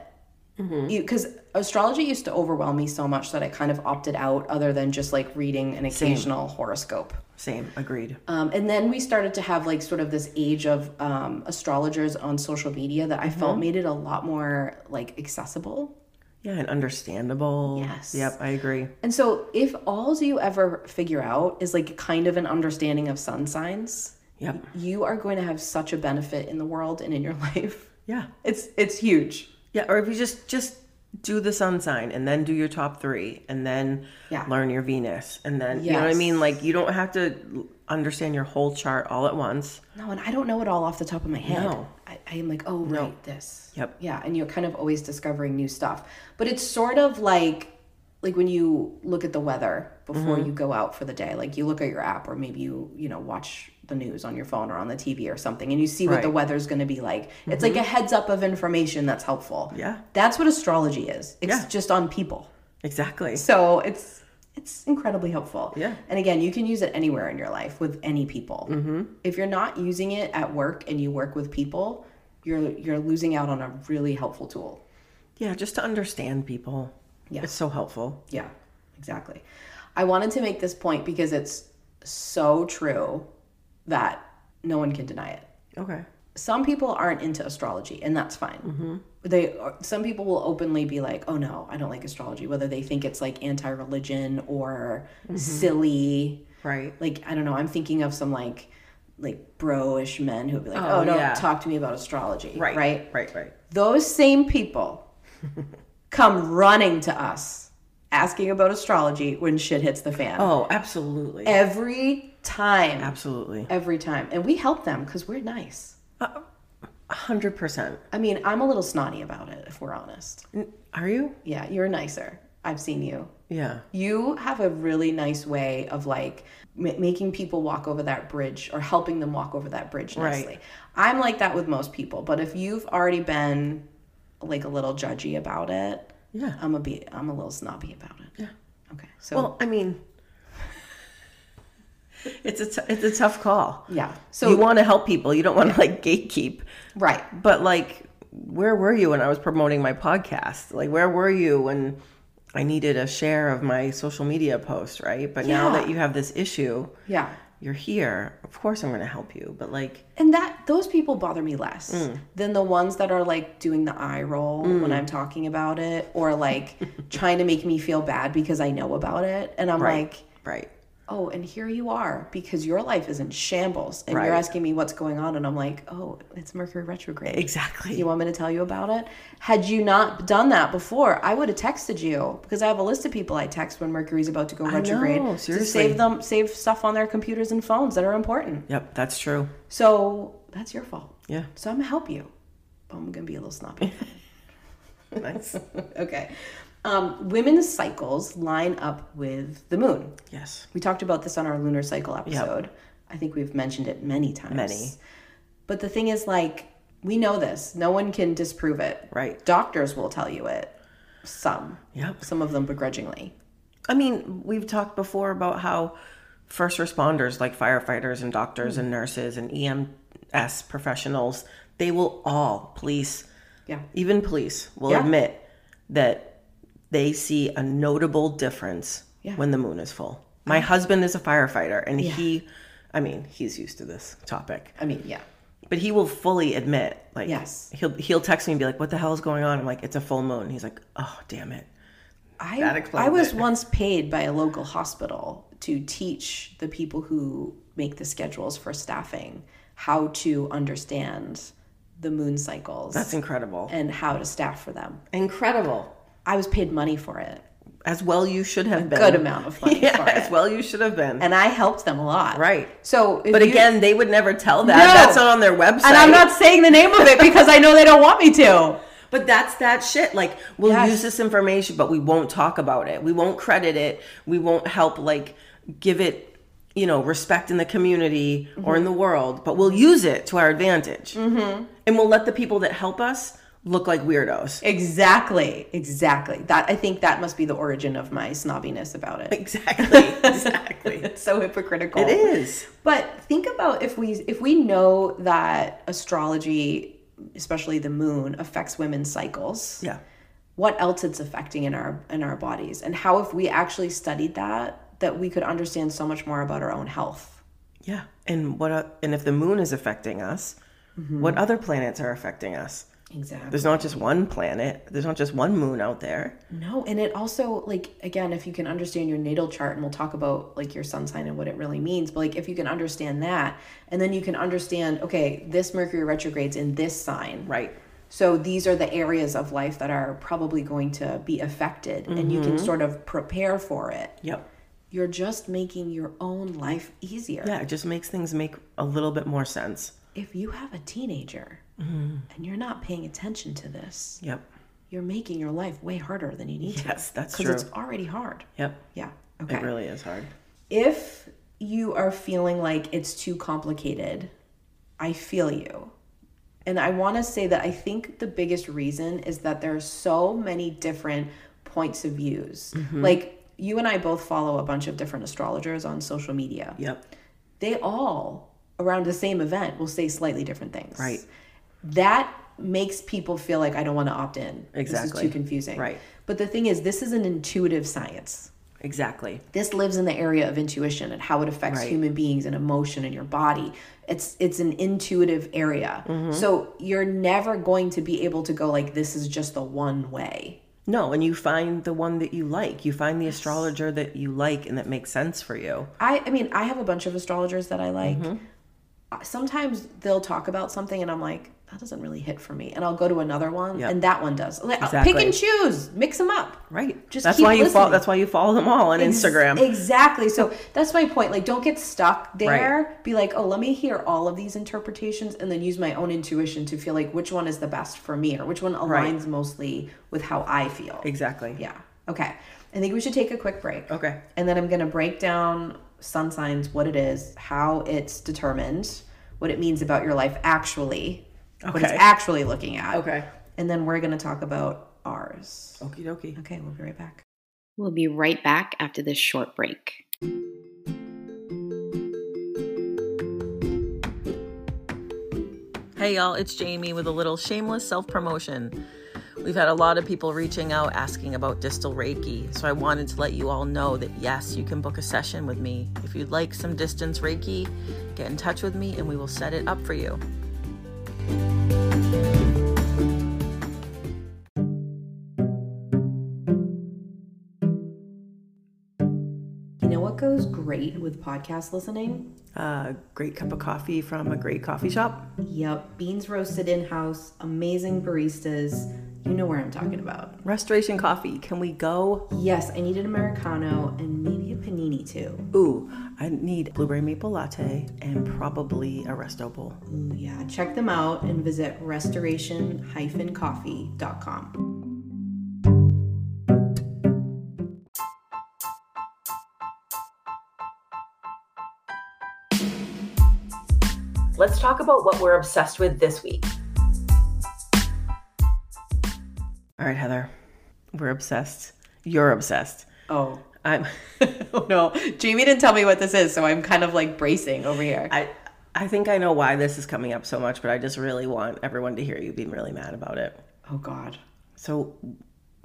[SPEAKER 1] Because astrology used to overwhelm me so much that I kind of opted out, other than just like reading an occasional horoscope.
[SPEAKER 2] Same. Agreed.
[SPEAKER 1] Um, and then we started to have like sort of this age of um, astrologers on social media that I felt made it a lot more like accessible.
[SPEAKER 2] Yeah, and understandable.
[SPEAKER 1] Yes.
[SPEAKER 2] Yep, I agree.
[SPEAKER 1] And so, if all you ever figure out is like kind of an understanding of sun signs,
[SPEAKER 2] Yep.
[SPEAKER 1] you are going to have such a benefit in the world and in your life.
[SPEAKER 2] Yeah.
[SPEAKER 1] It's it's huge.
[SPEAKER 2] Yeah. Or if you just just do the sun sign and then do your top three and then
[SPEAKER 1] Yeah.
[SPEAKER 2] learn your Venus and then you know what I
[SPEAKER 1] Yes.
[SPEAKER 2] mean? Like you don't have to understand your whole chart all at once.
[SPEAKER 1] No, and I don't know it all off the top of my head.
[SPEAKER 2] No.
[SPEAKER 1] I, I am like, oh, right, this.
[SPEAKER 2] Yep.
[SPEAKER 1] Yeah, and you're kind of always discovering new stuff. But it's sort of like like when you look at the weather before
[SPEAKER 2] Mm-hmm.
[SPEAKER 1] you go out for the day. Like you look at your app or maybe you, you know, watch the news on your phone or on the TV or something and you see what the
[SPEAKER 2] Right. Mm-hmm.
[SPEAKER 1] weather's going to be like. It's like a heads up of information that's helpful.
[SPEAKER 2] Yeah.
[SPEAKER 1] That's what astrology is. It's
[SPEAKER 2] Yeah.
[SPEAKER 1] just on people.
[SPEAKER 2] Exactly.
[SPEAKER 1] So it's it's incredibly helpful.
[SPEAKER 2] Yeah.
[SPEAKER 1] And again, you can use it anywhere in your life with any people. Mm-hmm. If you're not using it at work and you work with people, you're you're losing out on a really helpful tool.
[SPEAKER 2] Yeah, just to understand people.
[SPEAKER 1] Yeah.
[SPEAKER 2] It's so helpful.
[SPEAKER 1] Yeah, exactly. I wanted to make this point because it's so true that no one can deny it.
[SPEAKER 2] Okay.
[SPEAKER 1] some people aren't into astrology and that's fine they are, some people will openly be like oh no i don't like astrology whether they think it's like anti-religion or silly
[SPEAKER 2] Right.
[SPEAKER 1] like i don't know i'm thinking of some like like bro-ish men who'll be like oh,
[SPEAKER 2] Oh,
[SPEAKER 1] don't
[SPEAKER 2] yeah.
[SPEAKER 1] talk to me about astrology
[SPEAKER 2] Right.
[SPEAKER 1] right
[SPEAKER 2] Right. Right.
[SPEAKER 1] those same people come running to us asking about astrology when shit hits the fan
[SPEAKER 2] Oh, absolutely.
[SPEAKER 1] every time
[SPEAKER 2] absolutely.
[SPEAKER 1] every time and we help them because we're nice
[SPEAKER 2] A hundred percent.
[SPEAKER 1] I mean, I'm a little snotty about it, if we're honest.
[SPEAKER 2] N- Are you?
[SPEAKER 1] Yeah, you're nicer. I've seen you.
[SPEAKER 2] Yeah.
[SPEAKER 1] You have a really nice way of like m- making people walk over that bridge or helping them walk over that bridge
[SPEAKER 2] Right.
[SPEAKER 1] nicely. I'm like that with most people, but if you've already been like a little judgy about it,
[SPEAKER 2] Yeah.
[SPEAKER 1] I'm a be I'm a little snobby about it.
[SPEAKER 2] Yeah.
[SPEAKER 1] Okay. So
[SPEAKER 2] Well, I mean, it's a t- it's a tough call.
[SPEAKER 1] yeah.
[SPEAKER 2] So
[SPEAKER 1] So
[SPEAKER 2] you want to help people. You don't want to like gatekeep.
[SPEAKER 1] right.
[SPEAKER 2] But like, where were you when I was promoting my podcast? Like, where were you when I needed a share of my social media post? Right. But now
[SPEAKER 1] Yeah.
[SPEAKER 2] that you have this issue,
[SPEAKER 1] Yeah.
[SPEAKER 2] you're here. Of course, I'm going to help you. But like,
[SPEAKER 1] And that those people bother me less
[SPEAKER 2] Mm.
[SPEAKER 1] than the ones that are like doing the eye roll when I'm talking about it or like trying to make me feel bad because I know about it. And I'm
[SPEAKER 2] Right.
[SPEAKER 1] like,
[SPEAKER 2] right.
[SPEAKER 1] oh, and here you are because your life is in shambles and you're
[SPEAKER 2] Right.
[SPEAKER 1] asking me what's going on. And I'm like, oh, it's Mercury retrograde.
[SPEAKER 2] Exactly.
[SPEAKER 1] You want me to tell you about it? Had you not done that before, I would have texted you because I have a list of people I text when Mercury's about to go retrograde to
[SPEAKER 2] seriously.
[SPEAKER 1] save them, save stuff on their computers and phones that are important.
[SPEAKER 2] Yep. That's true.
[SPEAKER 1] So that's your fault.
[SPEAKER 2] Yeah.
[SPEAKER 1] So I'm gonna help you. But I'm gonna be a little snobby.
[SPEAKER 2] Nice.
[SPEAKER 1] okay. Um, women's cycles line up with the moon.
[SPEAKER 2] yes.
[SPEAKER 1] We talked about this on our lunar cycle episode. I think we've mentioned it many times.
[SPEAKER 2] Many.
[SPEAKER 1] But the thing is, like, we know this. No one can disprove it.
[SPEAKER 2] Right.
[SPEAKER 1] Doctors will tell you it. Some.
[SPEAKER 2] Yep.
[SPEAKER 1] Some of them begrudgingly.
[SPEAKER 2] I mean, we've talked before about how first responders like firefighters and doctors
[SPEAKER 1] Hmm.
[SPEAKER 2] and nurses and EMS professionals, they will all, police,
[SPEAKER 1] Yeah.
[SPEAKER 2] even police, will
[SPEAKER 1] Yeah.
[SPEAKER 2] admit that they see a notable difference
[SPEAKER 1] Yeah.
[SPEAKER 2] when the moon is full. My husband is a firefighter and he, I mean, he's used to this topic,
[SPEAKER 1] I mean, yeah.
[SPEAKER 2] but he will fully admit, like,
[SPEAKER 1] Yes.
[SPEAKER 2] he'll, he'll text me and be like, what the hell is going on? I'm like, it's a full moon. He's like, oh, damn it.
[SPEAKER 1] I,
[SPEAKER 2] That explains
[SPEAKER 1] I was
[SPEAKER 2] it.
[SPEAKER 1] once paid by a local hospital to teach the people who make the schedules for staffing how to understand the moon cycles
[SPEAKER 2] That's incredible.
[SPEAKER 1] and how to staff for them.
[SPEAKER 2] Incredible.
[SPEAKER 1] I was paid money for it,
[SPEAKER 2] as well you should have been.
[SPEAKER 1] good amount of money
[SPEAKER 2] yeah,
[SPEAKER 1] for
[SPEAKER 2] as
[SPEAKER 1] it,
[SPEAKER 2] well you should have been.
[SPEAKER 1] and I helped them a lot.
[SPEAKER 2] Right.
[SPEAKER 1] So, if
[SPEAKER 2] but
[SPEAKER 1] you-
[SPEAKER 2] again, they would never tell that.
[SPEAKER 1] No.
[SPEAKER 2] That's not on their website.
[SPEAKER 1] and I'm not saying the name of it because I know they don't want me to.
[SPEAKER 2] But that's that shit. Like we'll
[SPEAKER 1] Yes.
[SPEAKER 2] use this information, but we won't talk about it. We won't credit it. We won't help like give it, you know, respect in the community
[SPEAKER 1] Mm-hmm.
[SPEAKER 2] or in the world. But we'll use it to our advantage, mm-hmm. and we'll let the people that help us look like weirdos.
[SPEAKER 1] Exactly, exactly. That I think that must be the origin of my snobbiness about it.
[SPEAKER 2] Exactly. Exactly.
[SPEAKER 1] It's so hypocritical.
[SPEAKER 2] it is.
[SPEAKER 1] But think about if we if we know that astrology, especially the moon, affects women's cycles.
[SPEAKER 2] Yeah.
[SPEAKER 1] What else it's affecting in our in our bodies, and how if we actually studied that, that we could understand so much more about our own health.
[SPEAKER 2] Yeah, and what? o- And if the moon is affecting us,
[SPEAKER 1] Mm-hmm.
[SPEAKER 2] what other planets are affecting us?
[SPEAKER 1] Exactly.
[SPEAKER 2] There's not just one planet. There's not just one moon out there.
[SPEAKER 1] No, and it also like again, if you can understand your natal chart, and we'll talk about like your sun sign and what it really means, but like if you can understand that, and then you can understand okay, this Mercury retrogrades in this sign,
[SPEAKER 2] Right.
[SPEAKER 1] So these are the areas of life that are probably going to be affected, and you can
[SPEAKER 2] Mm-hmm.
[SPEAKER 1] sort of prepare for it.
[SPEAKER 2] Yep.
[SPEAKER 1] You're just making your own life easier.
[SPEAKER 2] Yeah, it just makes things make a little bit more sense.
[SPEAKER 1] If you have a teenager
[SPEAKER 2] Mm-hmm.
[SPEAKER 1] and you're not paying attention to this,
[SPEAKER 2] Yep.
[SPEAKER 1] you're making your life way harder than you need to.
[SPEAKER 2] Yes, that's
[SPEAKER 1] Because it's
[SPEAKER 2] true.
[SPEAKER 1] already hard.
[SPEAKER 2] Yep.
[SPEAKER 1] Yeah. Okay.
[SPEAKER 2] It really is hard.
[SPEAKER 1] if you are feeling like it's too complicated, I feel you. And I want to say that I think the biggest reason is that there are so many different points of views.
[SPEAKER 2] Mm-hmm.
[SPEAKER 1] Like you and I both follow a bunch of different astrologers on social media.
[SPEAKER 2] Yep.
[SPEAKER 1] They all around the same event will say slightly different things.
[SPEAKER 2] Right.
[SPEAKER 1] That makes people feel like I don't want to opt in. This is
[SPEAKER 2] Exactly.
[SPEAKER 1] too confusing.
[SPEAKER 2] Right.
[SPEAKER 1] But the thing is, this is an intuitive science
[SPEAKER 2] Exactly.
[SPEAKER 1] this lives in the area of intuition and how it affects
[SPEAKER 2] Right.
[SPEAKER 1] human beings and emotion in your body it's it's an intuitive area
[SPEAKER 2] Mm-hmm.
[SPEAKER 1] so you're never going to be able to go like this is just the one way
[SPEAKER 2] No, and you find the one that you like. You find the astrologer that you like and that makes sense for you.
[SPEAKER 1] i i mean i have a bunch of astrologers that i like
[SPEAKER 2] Mm-hmm.
[SPEAKER 1] Uh, sometimes they'll talk about something and i'm like that doesn't really hit for me and i'll go to another one
[SPEAKER 2] Yep.
[SPEAKER 1] and that one does like, I'll pick
[SPEAKER 2] Exactly.
[SPEAKER 1] and choose mix them up
[SPEAKER 2] Right.
[SPEAKER 1] Just
[SPEAKER 2] that's
[SPEAKER 1] keep
[SPEAKER 2] why you follow
[SPEAKER 1] listening.
[SPEAKER 2] that's why you follow them all on
[SPEAKER 1] Ex-
[SPEAKER 2] Instagram.
[SPEAKER 1] Exactly. So that's my point. Like, don't get stuck there. Be like, oh, let me hear all of these interpretations and then use my own intuition to feel like which one is the best for me or which one aligns mostly with how I feel.
[SPEAKER 2] exactly.
[SPEAKER 1] Yeah. Okay. I think we should take a quick break.
[SPEAKER 2] Okay.
[SPEAKER 1] And then I'm going to break down sun signs, what it is, how it's determined, what it means about your life actually, what it's
[SPEAKER 2] Okay.
[SPEAKER 1] actually looking at.
[SPEAKER 2] Okay.
[SPEAKER 1] And then we're going to talk about ours.
[SPEAKER 2] Okie dokie.
[SPEAKER 1] Okay. We'll be right back.
[SPEAKER 3] We'll be right back after this short break.
[SPEAKER 4] Hey y'all, it's Jamie with a little shameless self promotion. We've had a lot of people reaching out asking about distal Reiki, so I wanted to let you all know that yes, you can book a session with me. If you'd like some distance Reiki, get in touch with me and we will set it up for you.
[SPEAKER 1] You know what goes great with podcast listening?
[SPEAKER 2] Uh, great cup of coffee from a great coffee shop.
[SPEAKER 1] Yep, beans roasted in house, amazing baristas. You know where I'm talking about.
[SPEAKER 2] Restoration coffee. Can we go?
[SPEAKER 1] Yes, I need an Americano and maybe a panini too.
[SPEAKER 2] Ooh, I need blueberry maple latte and probably a resto bowl.
[SPEAKER 1] Ooh, yeah, check them out and visit restoration-coffee.com.
[SPEAKER 4] Let's talk about what we're obsessed with this week.
[SPEAKER 2] All right, Heather. We're obsessed. You're obsessed.
[SPEAKER 1] Oh,
[SPEAKER 2] I'm
[SPEAKER 1] oh no. Jamie didn't tell me what this is, so I'm kind of like bracing over here.
[SPEAKER 2] I I think I know why this is coming up so much, but I just really want everyone to hear you being really mad about it.
[SPEAKER 1] Oh god.
[SPEAKER 2] So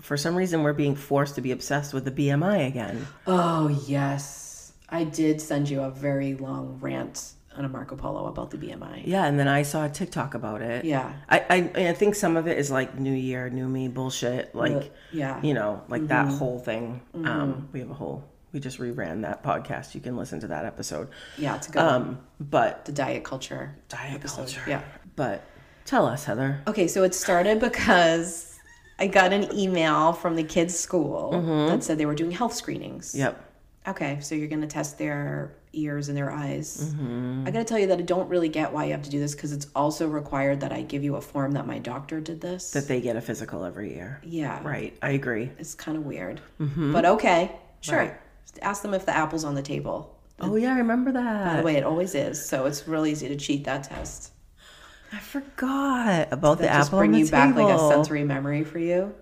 [SPEAKER 2] for some reason we're being forced to be obsessed with the BMI again.
[SPEAKER 1] Oh, yes. I did send you a very long rant on a Marco Polo about the BMI.
[SPEAKER 2] Yeah, and then I saw a TikTok about it.
[SPEAKER 1] Yeah.
[SPEAKER 2] I I, I think some of it is like new year, new me bullshit, like
[SPEAKER 1] Yeah.
[SPEAKER 2] you know, like that
[SPEAKER 1] Mm-hmm.
[SPEAKER 2] whole thing. Um we have a whole we just reran that podcast. You can listen to that episode.
[SPEAKER 1] Yeah, it's a good. one.
[SPEAKER 2] Um but
[SPEAKER 1] the diet culture.
[SPEAKER 2] diet culture.
[SPEAKER 1] Yeah.
[SPEAKER 2] But tell us, Heather.
[SPEAKER 1] Okay, so it started because I got an email from the kids' school
[SPEAKER 2] Mm-hmm.
[SPEAKER 1] that said they were doing health screenings.
[SPEAKER 2] Yep.
[SPEAKER 1] Okay, so you're going to test their ears and their eyes.
[SPEAKER 2] Mm-hmm.
[SPEAKER 1] I got to tell you that I don't really get why you have to do this because it's also required that I give you a form that my doctor did this.
[SPEAKER 2] That they get a physical every year.
[SPEAKER 1] yeah.
[SPEAKER 2] Right. Mm-hmm. I agree.
[SPEAKER 1] It's kind of weird. But okay, sure. Ask them if the apple's on the table.
[SPEAKER 2] Oh yeah, I remember
[SPEAKER 1] By the
[SPEAKER 2] that.
[SPEAKER 1] way, it always is. So it's real easy to cheat that test.
[SPEAKER 2] I forgot about the
[SPEAKER 1] That just
[SPEAKER 2] apple on
[SPEAKER 1] bring
[SPEAKER 2] the
[SPEAKER 1] you
[SPEAKER 2] table.
[SPEAKER 1] back like a sensory memory for you.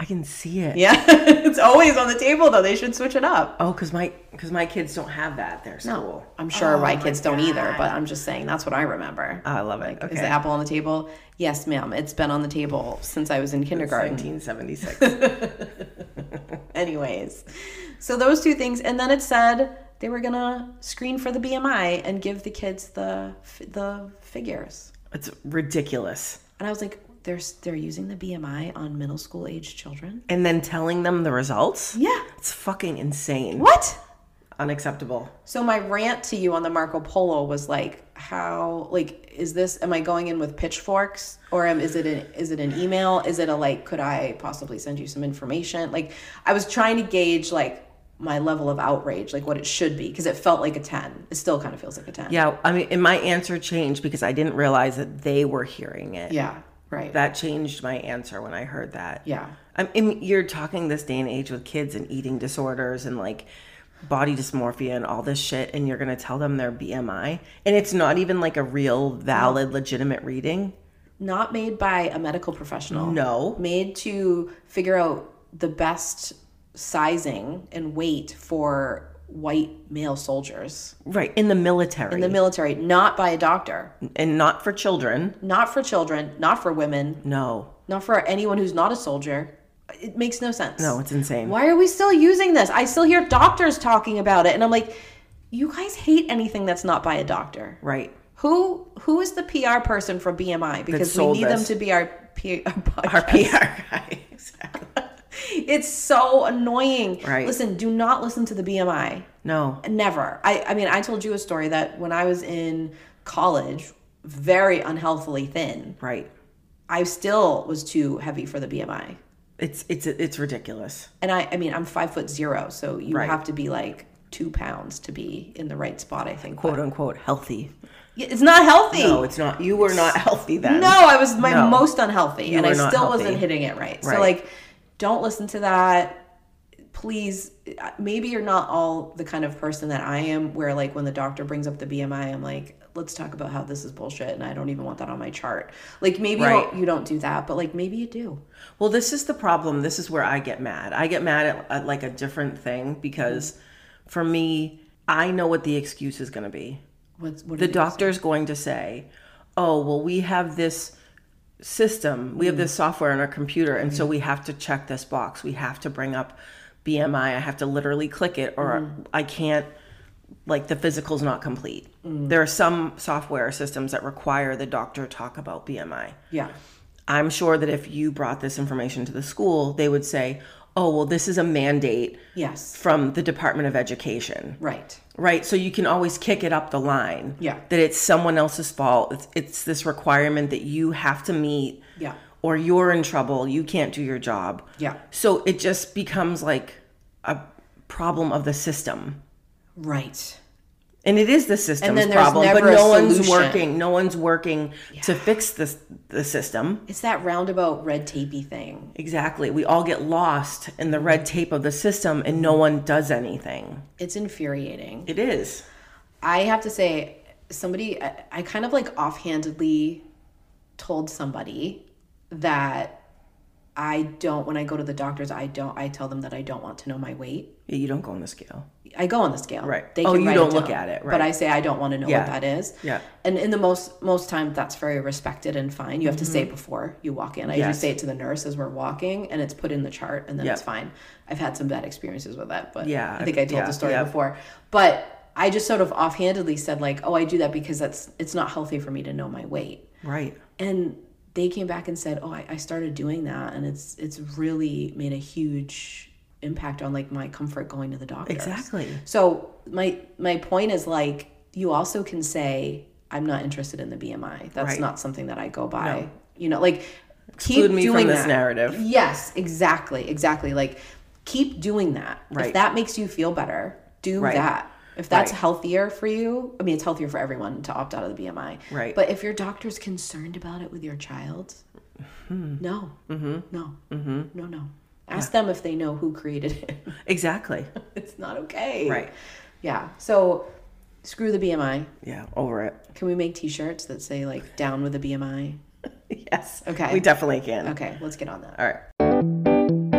[SPEAKER 2] I can see it.
[SPEAKER 1] Yeah, it's always on the table though. They should switch it up.
[SPEAKER 2] Oh, cause my cause my kids don't have that at their school.
[SPEAKER 1] I'm sure Oh my kids don't either, but I'm just saying that's what I remember.
[SPEAKER 2] Oh, I love it.
[SPEAKER 1] Is the
[SPEAKER 2] Okay.
[SPEAKER 1] apple on the table? Yes, ma'am. It's been on the table since I was in kindergarten.
[SPEAKER 2] 1976.
[SPEAKER 1] Anyways, so those two things, and then it said they were gonna screen for the BMI and give the kids the f- the figures,
[SPEAKER 2] it's ridiculous.
[SPEAKER 1] and I was like, they're s- they're using the BMI on middle school age children.
[SPEAKER 2] And then telling them the results?
[SPEAKER 1] Yeah.
[SPEAKER 2] It's fucking insane.
[SPEAKER 1] What?
[SPEAKER 2] unacceptable.
[SPEAKER 1] So my rant to you on the Marco Polo was like, how like is this? Am I going in with pitchforks, or am, is it an is it an email? Is it a like? Could I possibly send you some information? Like I was trying to gauge like my level of outrage, like what it should be, because it felt like a ten. It still kind of feels like a ten.
[SPEAKER 2] Yeah, I mean, and my answer changed because I didn't realize that they were hearing it.
[SPEAKER 1] Yeah. Right.
[SPEAKER 2] That changed my answer when I heard that.
[SPEAKER 1] yeah.
[SPEAKER 2] I mean, you're talking this day and age with kids and eating disorders and like body dysmorphia and all this shit, and you're gonna tell them their BMI, and it's not even like a real, valid, legitimate reading.
[SPEAKER 1] Not made by a medical professional.
[SPEAKER 2] No,
[SPEAKER 1] made to figure out the best sizing and weight for white male soldiers
[SPEAKER 2] right in the military,
[SPEAKER 1] in the military, not by a doctor,
[SPEAKER 2] and not for children.
[SPEAKER 1] not for children, not for women,
[SPEAKER 2] No,
[SPEAKER 1] not for anyone who's not a soldier. It makes no sense.
[SPEAKER 2] no, it's insane.
[SPEAKER 1] Why are we still using this? I still hear doctors talking about it and I'm like, you guys hate anything that's not by a doctor.
[SPEAKER 2] Right,
[SPEAKER 1] Who who is the PR person for BMI because we
[SPEAKER 2] sold
[SPEAKER 1] need
[SPEAKER 2] this.
[SPEAKER 1] them to be our, P- our podcast.
[SPEAKER 2] our PR guy. Exactly.
[SPEAKER 1] It's so annoying.
[SPEAKER 2] Right.
[SPEAKER 1] Listen, do not listen to the BMI.
[SPEAKER 2] No,
[SPEAKER 1] Never. I, I mean, I told you a story that when I was in college, very unhealthily thin,
[SPEAKER 2] right.
[SPEAKER 1] I still was too heavy for the BMI.
[SPEAKER 2] It's it's it's ridiculous.
[SPEAKER 1] And I, I mean, I'm five foot zero, so you
[SPEAKER 2] Right.
[SPEAKER 1] have to be like two pounds to be in the right spot, I think.
[SPEAKER 2] Quote unquote healthy.
[SPEAKER 1] Yeah, It's not healthy.
[SPEAKER 2] No, it's not. You were not healthy then.
[SPEAKER 1] No, I was my
[SPEAKER 2] No.
[SPEAKER 1] most unhealthy, and I
[SPEAKER 2] were not
[SPEAKER 1] still
[SPEAKER 2] healthy.
[SPEAKER 1] wasn't hitting it right.
[SPEAKER 2] Right.
[SPEAKER 1] So like, don't listen to that. Please, maybe you're not all the kind of person that I am. Where like when the doctor brings up the BMI, I'm like, let's talk about how this is bullshit, and I don't even want that on my chart. Like maybe you
[SPEAKER 2] Right.
[SPEAKER 1] don't you don't do that, but like maybe you do.
[SPEAKER 2] Well, this is the problem. This is where I get mad. I get mad at, at like a different thing because for me, I know what the excuse is going to be.
[SPEAKER 1] What's what?
[SPEAKER 2] The
[SPEAKER 1] do you-
[SPEAKER 2] doctor's going to say, "Oh, well, we have this system. We have
[SPEAKER 1] Mm.
[SPEAKER 2] this software on our computer, and so we have to check this box. We have to bring up BMI. I have to literally click it or
[SPEAKER 1] Mm-hmm.
[SPEAKER 2] I can't like the physical's not complete."
[SPEAKER 1] Mm.
[SPEAKER 2] There are some software systems that require the doctor talk about BMI.
[SPEAKER 1] yeah,
[SPEAKER 2] I'm sure that if you brought this information to the school, they would say, oh, well, this is a mandate
[SPEAKER 1] yes,
[SPEAKER 2] from the Department of Education,
[SPEAKER 1] right,
[SPEAKER 2] right? So you can always kick it up the line.
[SPEAKER 1] Yeah.
[SPEAKER 2] That it's someone else's fault. It's, it's this requirement that you have to meet,
[SPEAKER 1] yeah,
[SPEAKER 2] or you're in trouble. You can't do your job.
[SPEAKER 1] yeah,
[SPEAKER 2] So it just becomes like a problem of the system.
[SPEAKER 1] right.
[SPEAKER 2] And it is the system's
[SPEAKER 1] then there's
[SPEAKER 2] problem, but
[SPEAKER 1] never a
[SPEAKER 2] no one's
[SPEAKER 1] solution.
[SPEAKER 2] working. No one's working to fix this the system.
[SPEAKER 1] It's that roundabout red tapey thing.
[SPEAKER 2] Exactly. We all get lost in the red tape of the system and no one does anything.
[SPEAKER 1] It's infuriating.
[SPEAKER 2] It is.
[SPEAKER 1] I have to say, somebody, I, I kind of like offhandedly told somebody that I don't, when I go to the doctors, I don't, I tell them that I don't want to know my weight.
[SPEAKER 2] Yeah, You don't go on the scale.
[SPEAKER 1] I go on the scale.
[SPEAKER 2] Right.
[SPEAKER 1] They
[SPEAKER 2] Oh,
[SPEAKER 1] can
[SPEAKER 2] you
[SPEAKER 1] write
[SPEAKER 2] don't look
[SPEAKER 1] down,
[SPEAKER 2] at it, right.
[SPEAKER 1] But I say I don't want to know
[SPEAKER 2] Yeah.
[SPEAKER 1] what that is.
[SPEAKER 2] Yeah.
[SPEAKER 1] And in the most most time that's very respected and fine. You have to say it before you walk in. I
[SPEAKER 2] Mm-hmm. Yes.
[SPEAKER 1] usually say it to the nurse as we're walking and it's put in the chart and then
[SPEAKER 2] Yeah.
[SPEAKER 1] it's fine. I've had some bad experiences with that, but
[SPEAKER 2] Yeah,
[SPEAKER 1] I think I told
[SPEAKER 2] yeah,
[SPEAKER 1] the story
[SPEAKER 2] yeah.
[SPEAKER 1] before. But I just sort of offhandedly said like, "Oh, I do that because that's it's not healthy for me to know my weight."
[SPEAKER 2] Right.
[SPEAKER 1] And they came back and said, "Oh, I, I started doing that and it's it's really made a huge impact on like my comfort going to the doctor."
[SPEAKER 2] Exactly.
[SPEAKER 1] So my my point is like you also can say I'm not interested in the BMI. That's
[SPEAKER 2] Right.
[SPEAKER 1] not something that I go by. You know, like
[SPEAKER 2] Exclude
[SPEAKER 1] keep
[SPEAKER 2] me
[SPEAKER 1] doing
[SPEAKER 2] from this
[SPEAKER 1] that.
[SPEAKER 2] narrative.
[SPEAKER 1] Yes, exactly, exactly. Like keep doing that.
[SPEAKER 2] Right.
[SPEAKER 1] If that makes you feel better, do
[SPEAKER 2] Right.
[SPEAKER 1] that. If that's
[SPEAKER 2] Right.
[SPEAKER 1] healthier for you, I mean, it's healthier for everyone to opt out of the BMI.
[SPEAKER 2] Right.
[SPEAKER 1] But if your doctor's concerned about it with your child,
[SPEAKER 2] Hmm.
[SPEAKER 1] no, mm-hmm. no, mm-hmm. no, no. Ask them if they know who created it.
[SPEAKER 2] Exactly.
[SPEAKER 1] it's not okay.
[SPEAKER 2] Right.
[SPEAKER 1] Yeah. So screw the BMI.
[SPEAKER 2] Yeah, over it.
[SPEAKER 1] Can we make t-shirts that say like down with the BMI?
[SPEAKER 2] Yes.
[SPEAKER 1] Okay.
[SPEAKER 2] We definitely can.
[SPEAKER 1] Okay, let's get on that.
[SPEAKER 2] All right.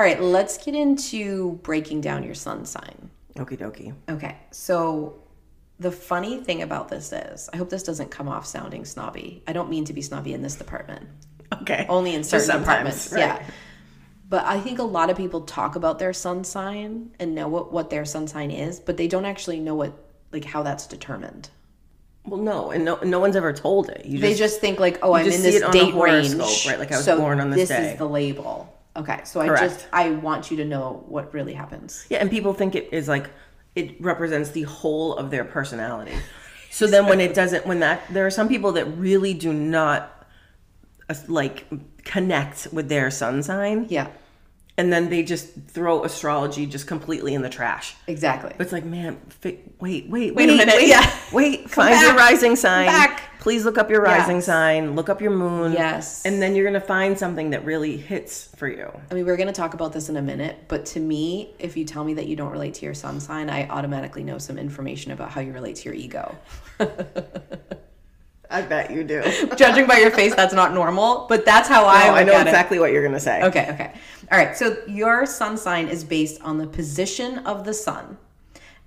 [SPEAKER 1] All right, let's get into breaking down your sun sign.
[SPEAKER 2] Okie dokie.
[SPEAKER 1] Okay. So the funny thing about this is, I hope this doesn't come off sounding snobby. I don't mean to be snobby in this department.
[SPEAKER 2] Okay.
[SPEAKER 1] only in certain
[SPEAKER 2] sometimes,
[SPEAKER 1] departments.
[SPEAKER 2] right.
[SPEAKER 1] Yeah. But I think a lot of people talk about their sun sign and know what, what their sun sign is, but they don't actually know what like how that's determined.
[SPEAKER 2] Well, no, and no, no one's ever told it. You
[SPEAKER 1] They
[SPEAKER 2] just,
[SPEAKER 1] just think like, oh, I'm
[SPEAKER 2] just
[SPEAKER 1] in
[SPEAKER 2] see
[SPEAKER 1] this
[SPEAKER 2] it on a
[SPEAKER 1] date range,
[SPEAKER 2] horoscope, right? Like, I was
[SPEAKER 1] so
[SPEAKER 2] born on
[SPEAKER 1] this
[SPEAKER 2] this day.
[SPEAKER 1] is the label. Okay, so I
[SPEAKER 2] Correct.
[SPEAKER 1] just I want you to know what really happens.
[SPEAKER 2] Yeah, and people think it is like it represents the whole of their personality. So then when it doesn't when that there are some people that really do not uh, like connect with their sun sign
[SPEAKER 1] Yeah,
[SPEAKER 2] and then they just throw astrology just completely in the trash.
[SPEAKER 1] exactly.
[SPEAKER 2] But it's like, man, fi- wait, wait, wait,
[SPEAKER 1] Wait a minute,
[SPEAKER 2] wait,
[SPEAKER 1] yeah.
[SPEAKER 2] wait, find your
[SPEAKER 1] back,
[SPEAKER 2] rising sign.
[SPEAKER 1] back.
[SPEAKER 2] Please look up your rising
[SPEAKER 1] Yes.
[SPEAKER 2] sign, look up your moon.
[SPEAKER 1] Yes.
[SPEAKER 2] And then you're going to find something that really hits for you.
[SPEAKER 1] I mean, we're going to talk about this in a minute, but to me, if you tell me that you don't relate to your sun sign, I automatically know some information about how you relate to your ego.
[SPEAKER 2] I bet you do.
[SPEAKER 1] Judging by your face, that's not normal, but that's how Oh, I
[SPEAKER 2] Oh, I,
[SPEAKER 1] look
[SPEAKER 2] know
[SPEAKER 1] at it.
[SPEAKER 2] exactly what you're going to say.
[SPEAKER 1] Okay, okay. All right. So your sun sign is based on the position of the sun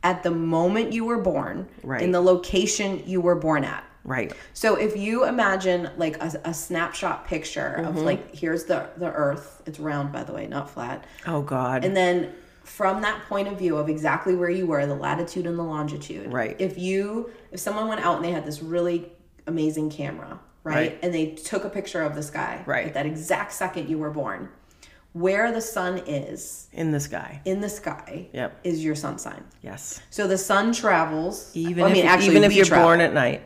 [SPEAKER 1] at the moment you were born,
[SPEAKER 2] Right.
[SPEAKER 1] in the location you were born at.
[SPEAKER 2] Right.
[SPEAKER 1] So if you imagine like a, a snapshot picture of like here's the the Earth, it's round by the way, not flat,
[SPEAKER 2] Oh God.
[SPEAKER 1] and then from that point of view of exactly where you were, the latitude and the longitude.
[SPEAKER 2] Right.
[SPEAKER 1] If you if someone went out and they had this really amazing camera, right,
[SPEAKER 2] Right.
[SPEAKER 1] and they took a picture of the sky,
[SPEAKER 2] Right.
[SPEAKER 1] at that exact second you were born, where the sun is
[SPEAKER 2] in the sky.
[SPEAKER 1] in the sky,
[SPEAKER 2] Yep.
[SPEAKER 1] is your sun sign.
[SPEAKER 2] Yes.
[SPEAKER 1] So the sun travels.
[SPEAKER 2] Even
[SPEAKER 1] I
[SPEAKER 2] if,
[SPEAKER 1] mean, actually,
[SPEAKER 2] even if
[SPEAKER 1] we
[SPEAKER 2] you're
[SPEAKER 1] travel.
[SPEAKER 2] born at night,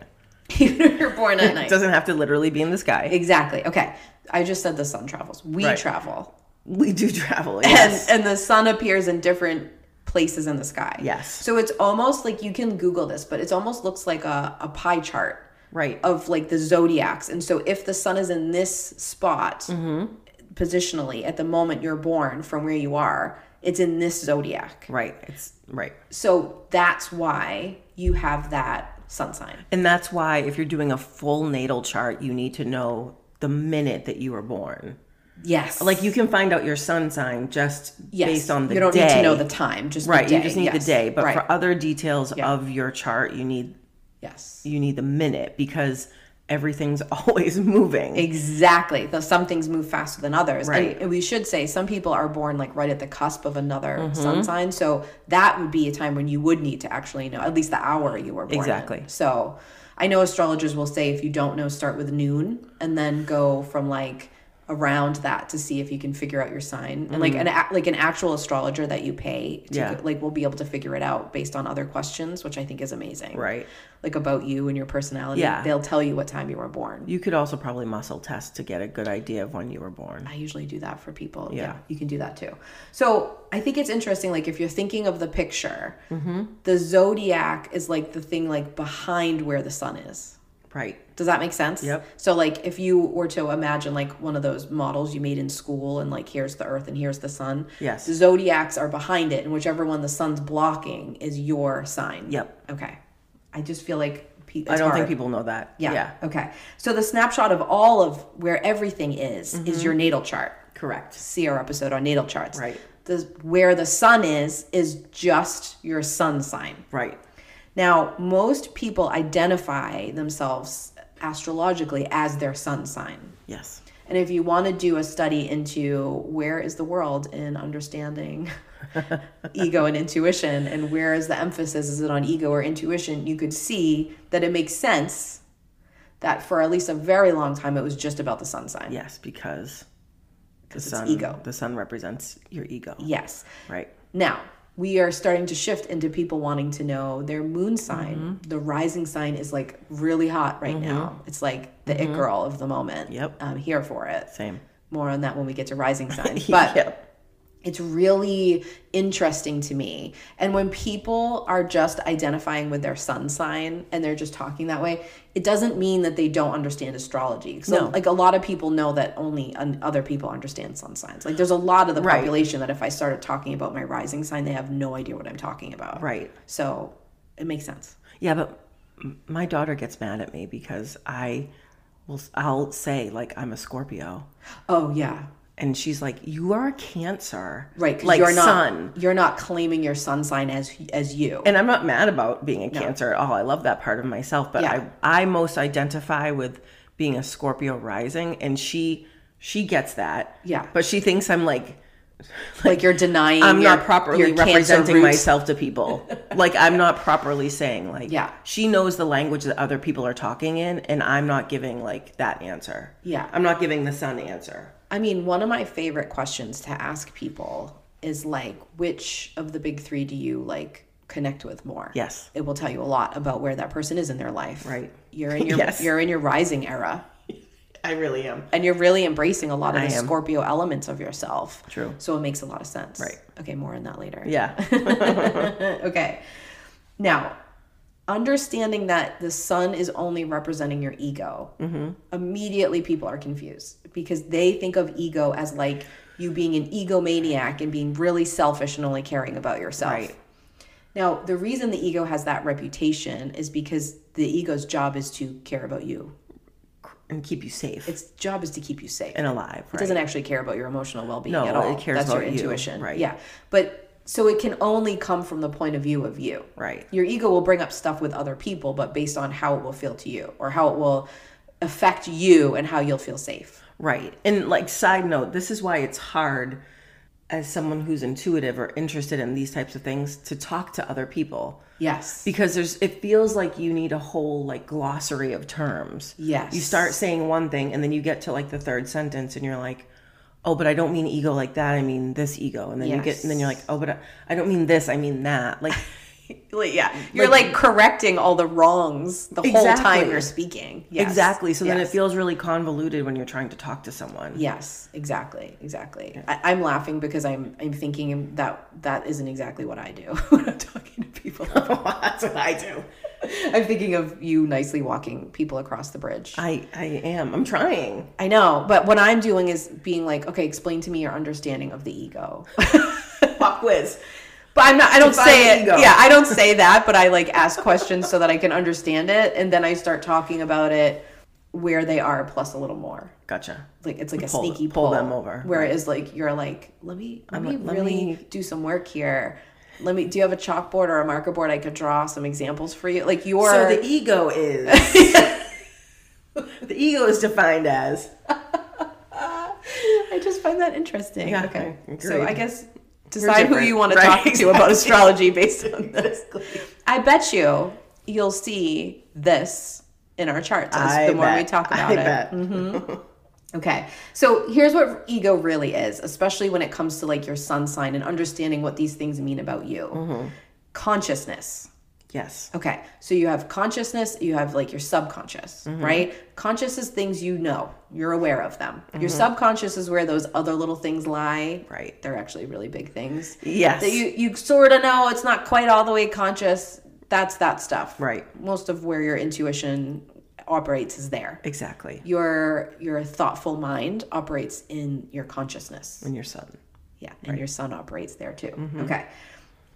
[SPEAKER 1] even if you're born at
[SPEAKER 2] it
[SPEAKER 1] night.
[SPEAKER 2] doesn't have to literally be in the sky.
[SPEAKER 1] Exactly. Okay. I just said the sun travels. We
[SPEAKER 2] Right.
[SPEAKER 1] travel.
[SPEAKER 2] We do travel.
[SPEAKER 1] And
[SPEAKER 2] Yes.
[SPEAKER 1] and the sun appears in different places in the sky.
[SPEAKER 2] Yes.
[SPEAKER 1] So it's almost like you can Google this, but it almost looks like a, a pie chart
[SPEAKER 2] right.
[SPEAKER 1] of like the zodiacs. And so if the sun is in this spot
[SPEAKER 2] Mm-hmm.
[SPEAKER 1] positionally at the moment you're born from where you are, it's in this zodiac.
[SPEAKER 2] Right. It's right.
[SPEAKER 1] So that's why you have that sun sign.
[SPEAKER 2] And that's why if you're doing a full natal chart, you need to know the minute that you were born.
[SPEAKER 1] Yes.
[SPEAKER 2] Like you can find out your sun sign just
[SPEAKER 1] yes.
[SPEAKER 2] based on the
[SPEAKER 1] You don't
[SPEAKER 2] day.
[SPEAKER 1] need to know the time, just
[SPEAKER 2] right.
[SPEAKER 1] The day.
[SPEAKER 2] You just need
[SPEAKER 1] yes.
[SPEAKER 2] the day. But
[SPEAKER 1] right.
[SPEAKER 2] for other details of your chart, you need
[SPEAKER 1] yes.
[SPEAKER 2] you need the minute because everything's always moving.
[SPEAKER 1] Exactly. Though some things move faster than others.
[SPEAKER 2] Right.
[SPEAKER 1] And, and we should say some people are born like right at the cusp of another
[SPEAKER 2] Mm-hmm.
[SPEAKER 1] sun sign. So that would be a time when you would need to actually know at least the hour you were born. in.
[SPEAKER 2] Exactly.
[SPEAKER 1] So I know astrologers will say if you don't know, start with noon and then go from like around that to see if you can figure out your sign. And like an a- like an actual astrologer that you pay to
[SPEAKER 2] Mm-hmm. Yeah.
[SPEAKER 1] like will be able to figure it out based on other questions, which I think is amazing.
[SPEAKER 2] Right.
[SPEAKER 1] Like about you and your personality.
[SPEAKER 2] Yeah.
[SPEAKER 1] They'll tell you what time you were born.
[SPEAKER 2] You could also probably muscle test to get a good idea of when you were born.
[SPEAKER 1] I usually do that for people. Yeah.
[SPEAKER 2] Yeah.
[SPEAKER 1] you can do that too. So I think it's interesting. Like if you're thinking of the picture,
[SPEAKER 2] Mm-hmm.
[SPEAKER 1] the zodiac is like the thing like behind where the sun is.
[SPEAKER 2] Right.
[SPEAKER 1] Does that make sense?
[SPEAKER 2] Yep.
[SPEAKER 1] So like if you were to imagine like one of those models you made in school and like here's the earth and here's the sun.
[SPEAKER 2] Yes.
[SPEAKER 1] The zodiacs are behind it and whichever one the sun's blocking is your sign.
[SPEAKER 2] Yep.
[SPEAKER 1] Okay. I just feel like pe-
[SPEAKER 2] I
[SPEAKER 1] it's
[SPEAKER 2] don't
[SPEAKER 1] hard.
[SPEAKER 2] think people know that.
[SPEAKER 1] Yeah. Okay. So the snapshot of all of where everything is
[SPEAKER 2] Mm-hmm.
[SPEAKER 1] is your natal chart
[SPEAKER 2] Correct.
[SPEAKER 1] see our episode on natal charts.
[SPEAKER 2] Right.
[SPEAKER 1] The where the sun is is just your sun sign.
[SPEAKER 2] Right.
[SPEAKER 1] Now, most people identify themselves astrologically as their sun sign.
[SPEAKER 2] Yes.
[SPEAKER 1] And if you want to do a study into where is the world in understanding ego and intuition and where is the emphasis is it on ego or intuition, you could see that it makes sense that for at least a very long time it was just about the sun sign.
[SPEAKER 2] Yes, because the
[SPEAKER 1] it's
[SPEAKER 2] sun
[SPEAKER 1] ego.
[SPEAKER 2] the sun represents your ego.
[SPEAKER 1] Yes.
[SPEAKER 2] Right.
[SPEAKER 1] Now, we are starting to shift into people wanting to know their moon sign. The rising sign is like really hot right now. It's like the it girl of the moment.
[SPEAKER 2] Yep.
[SPEAKER 1] I'm here for it.
[SPEAKER 2] Same.
[SPEAKER 1] More on that when we get to rising sign. But
[SPEAKER 2] Yep.
[SPEAKER 1] it's really interesting to me. And when people are just identifying with their sun sign and they're just talking that way, it doesn't mean that they don't understand astrology. So,
[SPEAKER 2] No.
[SPEAKER 1] like, a lot of people know that only un- other people understand sun signs. Like, there's a lot of the
[SPEAKER 2] Right.
[SPEAKER 1] population that if I started talking about my rising sign, they have no idea what I'm talking about.
[SPEAKER 2] Right.
[SPEAKER 1] So, it makes sense.
[SPEAKER 2] Yeah, but m- my daughter gets mad at me because I will I'll say like I'm a Scorpio
[SPEAKER 1] Oh, yeah.
[SPEAKER 2] and she's like you are a Cancer.
[SPEAKER 1] Right. 'cause
[SPEAKER 2] Like
[SPEAKER 1] you're not,
[SPEAKER 2] sun.
[SPEAKER 1] You're not claiming your sun sign as as you.
[SPEAKER 2] and I'm not mad about being a Cancer at all. I love that part of myself, but
[SPEAKER 1] Yeah.
[SPEAKER 2] I I most identify with being a Scorpio rising, and she she gets that.
[SPEAKER 1] Yeah.
[SPEAKER 2] but she thinks I'm like
[SPEAKER 1] like, you're denying
[SPEAKER 2] I'm
[SPEAKER 1] your-
[SPEAKER 2] not properly
[SPEAKER 1] your Cancer
[SPEAKER 2] representing
[SPEAKER 1] roots.
[SPEAKER 2] myself to people. like I'm not properly saying like
[SPEAKER 1] Yeah.
[SPEAKER 2] She knows the language that other people are talking in, and I'm not giving like that answer.
[SPEAKER 1] Yeah.
[SPEAKER 2] I'm not giving the sun answer.
[SPEAKER 1] I mean, one of my favorite questions to ask people is like, which of the big three do you like connect with more?
[SPEAKER 2] Yes.
[SPEAKER 1] It will tell you a lot about where that person is in their life.
[SPEAKER 2] Right.
[SPEAKER 1] You're in your
[SPEAKER 2] Yes.
[SPEAKER 1] you're in your rising era.
[SPEAKER 2] I really am.
[SPEAKER 1] And you're really embracing a lot of
[SPEAKER 2] I
[SPEAKER 1] the
[SPEAKER 2] am.
[SPEAKER 1] Scorpio elements of yourself.
[SPEAKER 2] True.
[SPEAKER 1] So it makes a lot of sense.
[SPEAKER 2] Right.
[SPEAKER 1] Okay, more on that later.
[SPEAKER 2] Yeah.
[SPEAKER 1] okay. Now, understanding that the sun is only representing your ego,
[SPEAKER 2] Mm-hmm.
[SPEAKER 1] immediately people are confused because they think of ego as like you being an egomaniac and being really selfish and only caring about yourself.
[SPEAKER 2] Right.
[SPEAKER 1] Now, the reason the ego has that reputation is because the ego's job is to care about you.
[SPEAKER 2] and keep you safe
[SPEAKER 1] Its job is to keep you safe.
[SPEAKER 2] and alive. Right?
[SPEAKER 1] It doesn't actually care about your emotional well being
[SPEAKER 2] No,
[SPEAKER 1] at all.
[SPEAKER 2] it cares
[SPEAKER 1] That's your
[SPEAKER 2] about you,
[SPEAKER 1] intuition.
[SPEAKER 2] right.
[SPEAKER 1] Yeah. But so it can only come from the point of view of you.
[SPEAKER 2] Right.
[SPEAKER 1] Your ego will bring up stuff with other people, but based on how it will feel to you or how it will affect you and how you'll feel safe.
[SPEAKER 2] Right. And like side note, this is why it's hard as someone who's intuitive or interested in these types of things to talk to other people
[SPEAKER 1] Yes.
[SPEAKER 2] because there's it feels like you need a whole like glossary of terms.
[SPEAKER 1] Yes.
[SPEAKER 2] You start saying one thing and then you get to like the third sentence and you're like, "Oh, but I don't mean ego like that. I mean this ego." And then you get and then you're like, "Oh, but I, I don't mean this. I mean that." Like
[SPEAKER 1] Like, yeah. You're like, correcting all the wrongs the whole time
[SPEAKER 2] Exactly.
[SPEAKER 1] you're speaking. Yes.
[SPEAKER 2] exactly. So then it
[SPEAKER 1] Yes.
[SPEAKER 2] feels really convoluted when you're trying to talk to someone.
[SPEAKER 1] Yes, exactly, exactly. I, I'm laughing because I'm I'm thinking that that isn't exactly what I do when I'm talking to people.
[SPEAKER 2] That's what I do.
[SPEAKER 1] I'm thinking of you nicely walking people across the bridge.
[SPEAKER 2] I I am. I'm trying.
[SPEAKER 1] I know, but what I'm doing is being like, okay, explain to me your understanding of the ego.
[SPEAKER 2] Pop quiz.
[SPEAKER 1] But I'm not. I don't
[SPEAKER 2] Define
[SPEAKER 1] say
[SPEAKER 2] the
[SPEAKER 1] it.
[SPEAKER 2] ego.
[SPEAKER 1] Yeah, I don't say that. But I like ask questions so that I can understand it, and then I start talking about it where they are, plus a little more.
[SPEAKER 2] Gotcha.
[SPEAKER 1] Like it's like a
[SPEAKER 2] Pull-
[SPEAKER 1] sneaky
[SPEAKER 2] pull
[SPEAKER 1] pull,
[SPEAKER 2] them over,
[SPEAKER 1] Whereas like you're like, let me let me
[SPEAKER 2] let
[SPEAKER 1] really
[SPEAKER 2] me-
[SPEAKER 1] do some work here. Let me. Do you have a chalkboard or a marker board? I could draw some examples for you. Like your
[SPEAKER 2] So the ego is. the ego is defined as.
[SPEAKER 1] I just find that interesting.
[SPEAKER 2] Yeah,
[SPEAKER 1] okay.
[SPEAKER 2] I agree.
[SPEAKER 1] So I guess decide who
[SPEAKER 2] different.
[SPEAKER 1] you want to
[SPEAKER 2] Right,
[SPEAKER 1] talk to about astrology based on this. I bet you you'll see this in our charts as
[SPEAKER 2] I
[SPEAKER 1] the more we
[SPEAKER 2] bet.
[SPEAKER 1] talk about
[SPEAKER 2] I
[SPEAKER 1] it. Mm-hmm.
[SPEAKER 2] bet.
[SPEAKER 1] Okay. So here's what ego really is, especially when it comes to like your sun sign and understanding what these things mean about you.
[SPEAKER 2] Mm-hmm.
[SPEAKER 1] Consciousness.
[SPEAKER 2] Yes.
[SPEAKER 1] Okay. So you have consciousness, you have like your subconscious,
[SPEAKER 2] Mm-hmm.
[SPEAKER 1] right? Conscious is things you know, you're aware of them. Your subconscious is where those other little things lie.
[SPEAKER 2] Mm-hmm. Right.
[SPEAKER 1] They're actually really big things.
[SPEAKER 2] Yes.
[SPEAKER 1] That you you sort of know it's not quite all the way conscious. That's that stuff.
[SPEAKER 2] Right.
[SPEAKER 1] Most of where your intuition operates is there.
[SPEAKER 2] Exactly.
[SPEAKER 1] Your your thoughtful mind operates in your consciousness.
[SPEAKER 2] And your son.
[SPEAKER 1] Yeah, and your sun operates there too.
[SPEAKER 2] Mm-hmm.
[SPEAKER 1] Okay.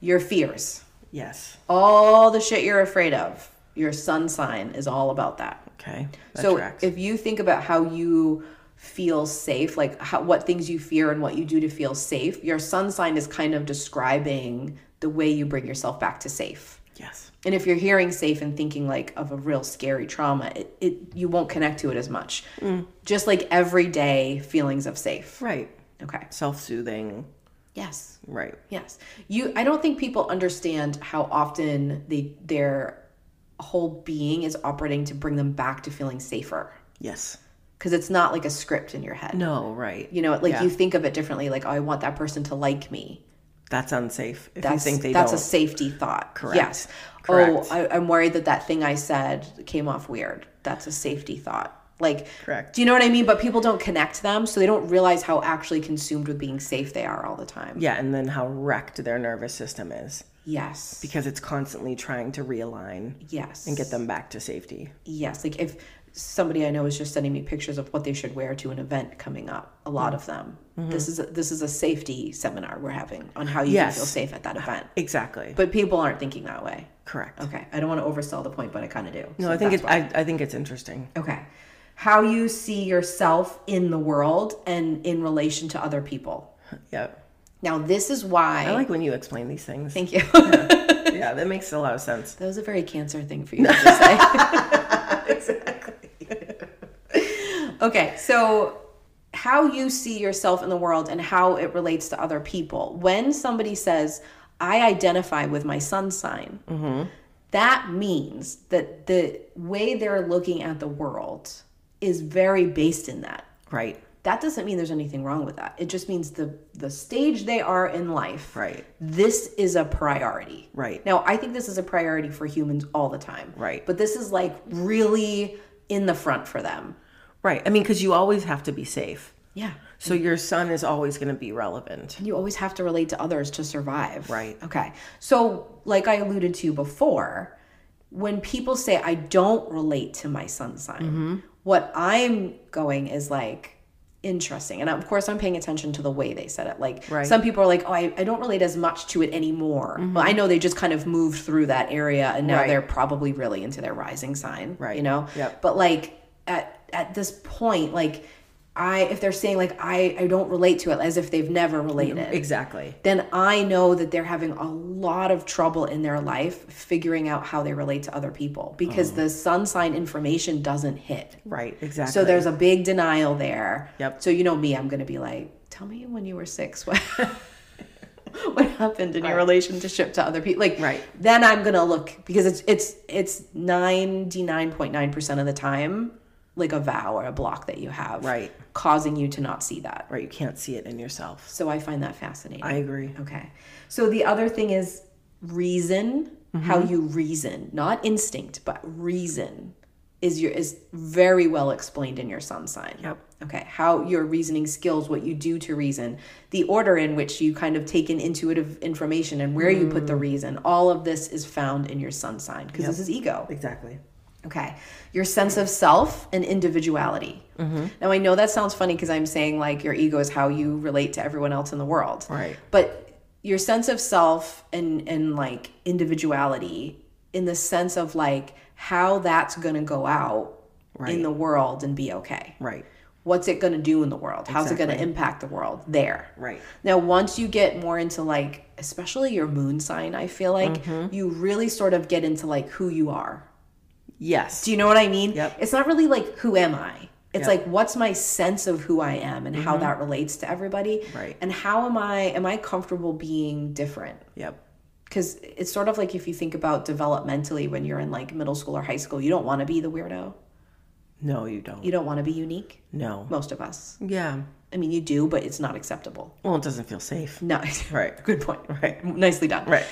[SPEAKER 1] Your fears
[SPEAKER 2] Yes.
[SPEAKER 1] all the shit you're afraid of your sun sign is all about that
[SPEAKER 2] Okay. That
[SPEAKER 1] so
[SPEAKER 2] tracks.
[SPEAKER 1] if you think about how you feel safe like how, what things you fear and what you do to feel safe your sun sign is kind of describing the way you bring yourself back to safe
[SPEAKER 2] yes.
[SPEAKER 1] and if you're hearing safe and thinking like of a real scary trauma it, it you won't connect to it as much
[SPEAKER 2] Mm.
[SPEAKER 1] just like everyday feelings of safe
[SPEAKER 2] Right.
[SPEAKER 1] okay
[SPEAKER 2] Self soothing.
[SPEAKER 1] yes
[SPEAKER 2] Right.
[SPEAKER 1] Yes. You I don't think people understand how often they their whole being is operating to bring them back to feeling safer
[SPEAKER 2] Yes.
[SPEAKER 1] cuz it's not like a script in your head.
[SPEAKER 2] No, right.
[SPEAKER 1] You know, like you think of it differently like oh, I want that person to like me.
[SPEAKER 2] That's unsafe. If
[SPEAKER 1] That's
[SPEAKER 2] you think they
[SPEAKER 1] that's
[SPEAKER 2] don't.
[SPEAKER 1] a safety thought.
[SPEAKER 2] Correct.
[SPEAKER 1] Yes.
[SPEAKER 2] Correct.
[SPEAKER 1] Oh, I, I'm worried that that thing I said came off weird. That's a safety thought. Like,
[SPEAKER 2] Correct.
[SPEAKER 1] do you know what I mean? But people don't connect them, so they don't realize how actually consumed with being safe they are all the time.
[SPEAKER 2] yeah, and then how wrecked their nervous system is
[SPEAKER 1] Yes.
[SPEAKER 2] because it's constantly trying to realign,
[SPEAKER 1] yes.
[SPEAKER 2] get them back to safety.
[SPEAKER 1] Yes, like if somebody I know is just sending me pictures of what they should wear to an event coming up, a
[SPEAKER 2] Mm-hmm.
[SPEAKER 1] lot of them. This is a, this is a safety seminar we're having on how you
[SPEAKER 2] Yes.
[SPEAKER 1] can feel safe at that event.
[SPEAKER 2] Exactly.
[SPEAKER 1] But people aren't thinking that way.
[SPEAKER 2] Correct.
[SPEAKER 1] Okay, I don't want to oversell the point, but I kind of do.
[SPEAKER 2] No, I think it, I, I think it's interesting.
[SPEAKER 1] okay. How you see yourself in the world and in relation to other people.
[SPEAKER 2] Yep.
[SPEAKER 1] Now, this is why.
[SPEAKER 2] I like when you explain these things.
[SPEAKER 1] thank you.
[SPEAKER 2] yeah, that makes a lot of sense.
[SPEAKER 1] That was a very cancer thing for you to say. exactly. okay, so how you see yourself in the world and how it relates to other people. When somebody says, I identify with my sun sign, that means that the way they're looking at the world is very based in that.
[SPEAKER 2] Right.
[SPEAKER 1] that doesn't mean there's anything wrong with that. It just means the the stage they are in life.
[SPEAKER 2] Right.
[SPEAKER 1] This is a priority.
[SPEAKER 2] Right.
[SPEAKER 1] Now, I think this is a priority for humans all the time.
[SPEAKER 2] Right.
[SPEAKER 1] But this is like really in the front for them.
[SPEAKER 2] Right. I mean, because you always have to be safe.
[SPEAKER 1] Yeah.
[SPEAKER 2] So your son is always going to be relevant.
[SPEAKER 1] You always have to relate to others to survive.
[SPEAKER 2] Right.
[SPEAKER 1] Okay. So, like I alluded to before, when people say, I don't relate to my sun sign,
[SPEAKER 2] Mm-hmm.
[SPEAKER 1] what I'm going is like, interesting. And of course, I'm paying attention to the way they said it. Like, some people are like, oh, I, I don't relate as much to it anymore. Well, I know they just kind of moved through that area and now
[SPEAKER 2] Mm-hmm. Right.
[SPEAKER 1] they're probably really into their rising sign.
[SPEAKER 2] Right.
[SPEAKER 1] You know?
[SPEAKER 2] Yep.
[SPEAKER 1] But like, at, at this point, like, I, if they're saying like I, I don't relate to it as if they've never related
[SPEAKER 2] Exactly.
[SPEAKER 1] then I know that they're having a lot of trouble in their life figuring out how they relate to other people because the sun sign information doesn't hit.
[SPEAKER 2] Right. Exactly.
[SPEAKER 1] So there's a big denial there.
[SPEAKER 2] Yep.
[SPEAKER 1] So you know me, I'm going to be like, tell me when you were six. What, what happened in your relationship to other people? Like,
[SPEAKER 2] Right.
[SPEAKER 1] then I'm going to look because it's, it's, it's 99.9% of the time, like a vow or a block that you have.
[SPEAKER 2] Right.
[SPEAKER 1] Causing you to not see that.
[SPEAKER 2] right. You can't see it in yourself.
[SPEAKER 1] So I find that fascinating.
[SPEAKER 2] I agree.
[SPEAKER 1] Okay. So the other thing is reason, how you reason, not instinct, but reason is your is very well explained in your sun sign.
[SPEAKER 2] Yep.
[SPEAKER 1] Okay. How your reasoning skills, what you do to reason, the order in which you kind of take in intuitive information and where you put the reason, all of this is found in your sun sign because this is ego.
[SPEAKER 2] Exactly.
[SPEAKER 1] Okay. Your sense of self and individuality.
[SPEAKER 2] Mm-hmm.
[SPEAKER 1] Now, I know that sounds funny because I'm saying like your ego is how you relate to everyone else in the world.
[SPEAKER 2] Right.
[SPEAKER 1] But your sense of self and, and like individuality in the sense of like how that's going to go out in
[SPEAKER 2] Right.
[SPEAKER 1] the world and be okay.
[SPEAKER 2] Right.
[SPEAKER 1] What's it going to do in the world? How's it going to impact the world there?
[SPEAKER 2] Right.
[SPEAKER 1] Now, once you get more into like, especially your moon sign, I feel like
[SPEAKER 2] Mm-hmm.
[SPEAKER 1] you really sort of get into like who you are.
[SPEAKER 2] Yes.
[SPEAKER 1] Do you know what I mean?
[SPEAKER 2] Yep.
[SPEAKER 1] It's not really like who am I? It's like what's my sense of who I am and how that relates to everybody.
[SPEAKER 2] Mm-hmm. Right.
[SPEAKER 1] And how am I am I comfortable being different?
[SPEAKER 2] yep.
[SPEAKER 1] Cuz it's sort of like if you think about developmentally when you're in like middle school or high school, you don't want to be the weirdo.
[SPEAKER 2] No, you don't.
[SPEAKER 1] You don't want to be unique.
[SPEAKER 2] no.
[SPEAKER 1] Most of us.
[SPEAKER 2] Yeah.
[SPEAKER 1] I mean, you do, but it's not acceptable.
[SPEAKER 2] Well, it doesn't feel safe.
[SPEAKER 1] No.
[SPEAKER 2] Right.
[SPEAKER 1] Good point.
[SPEAKER 2] Right.
[SPEAKER 1] Nicely done.
[SPEAKER 2] Right.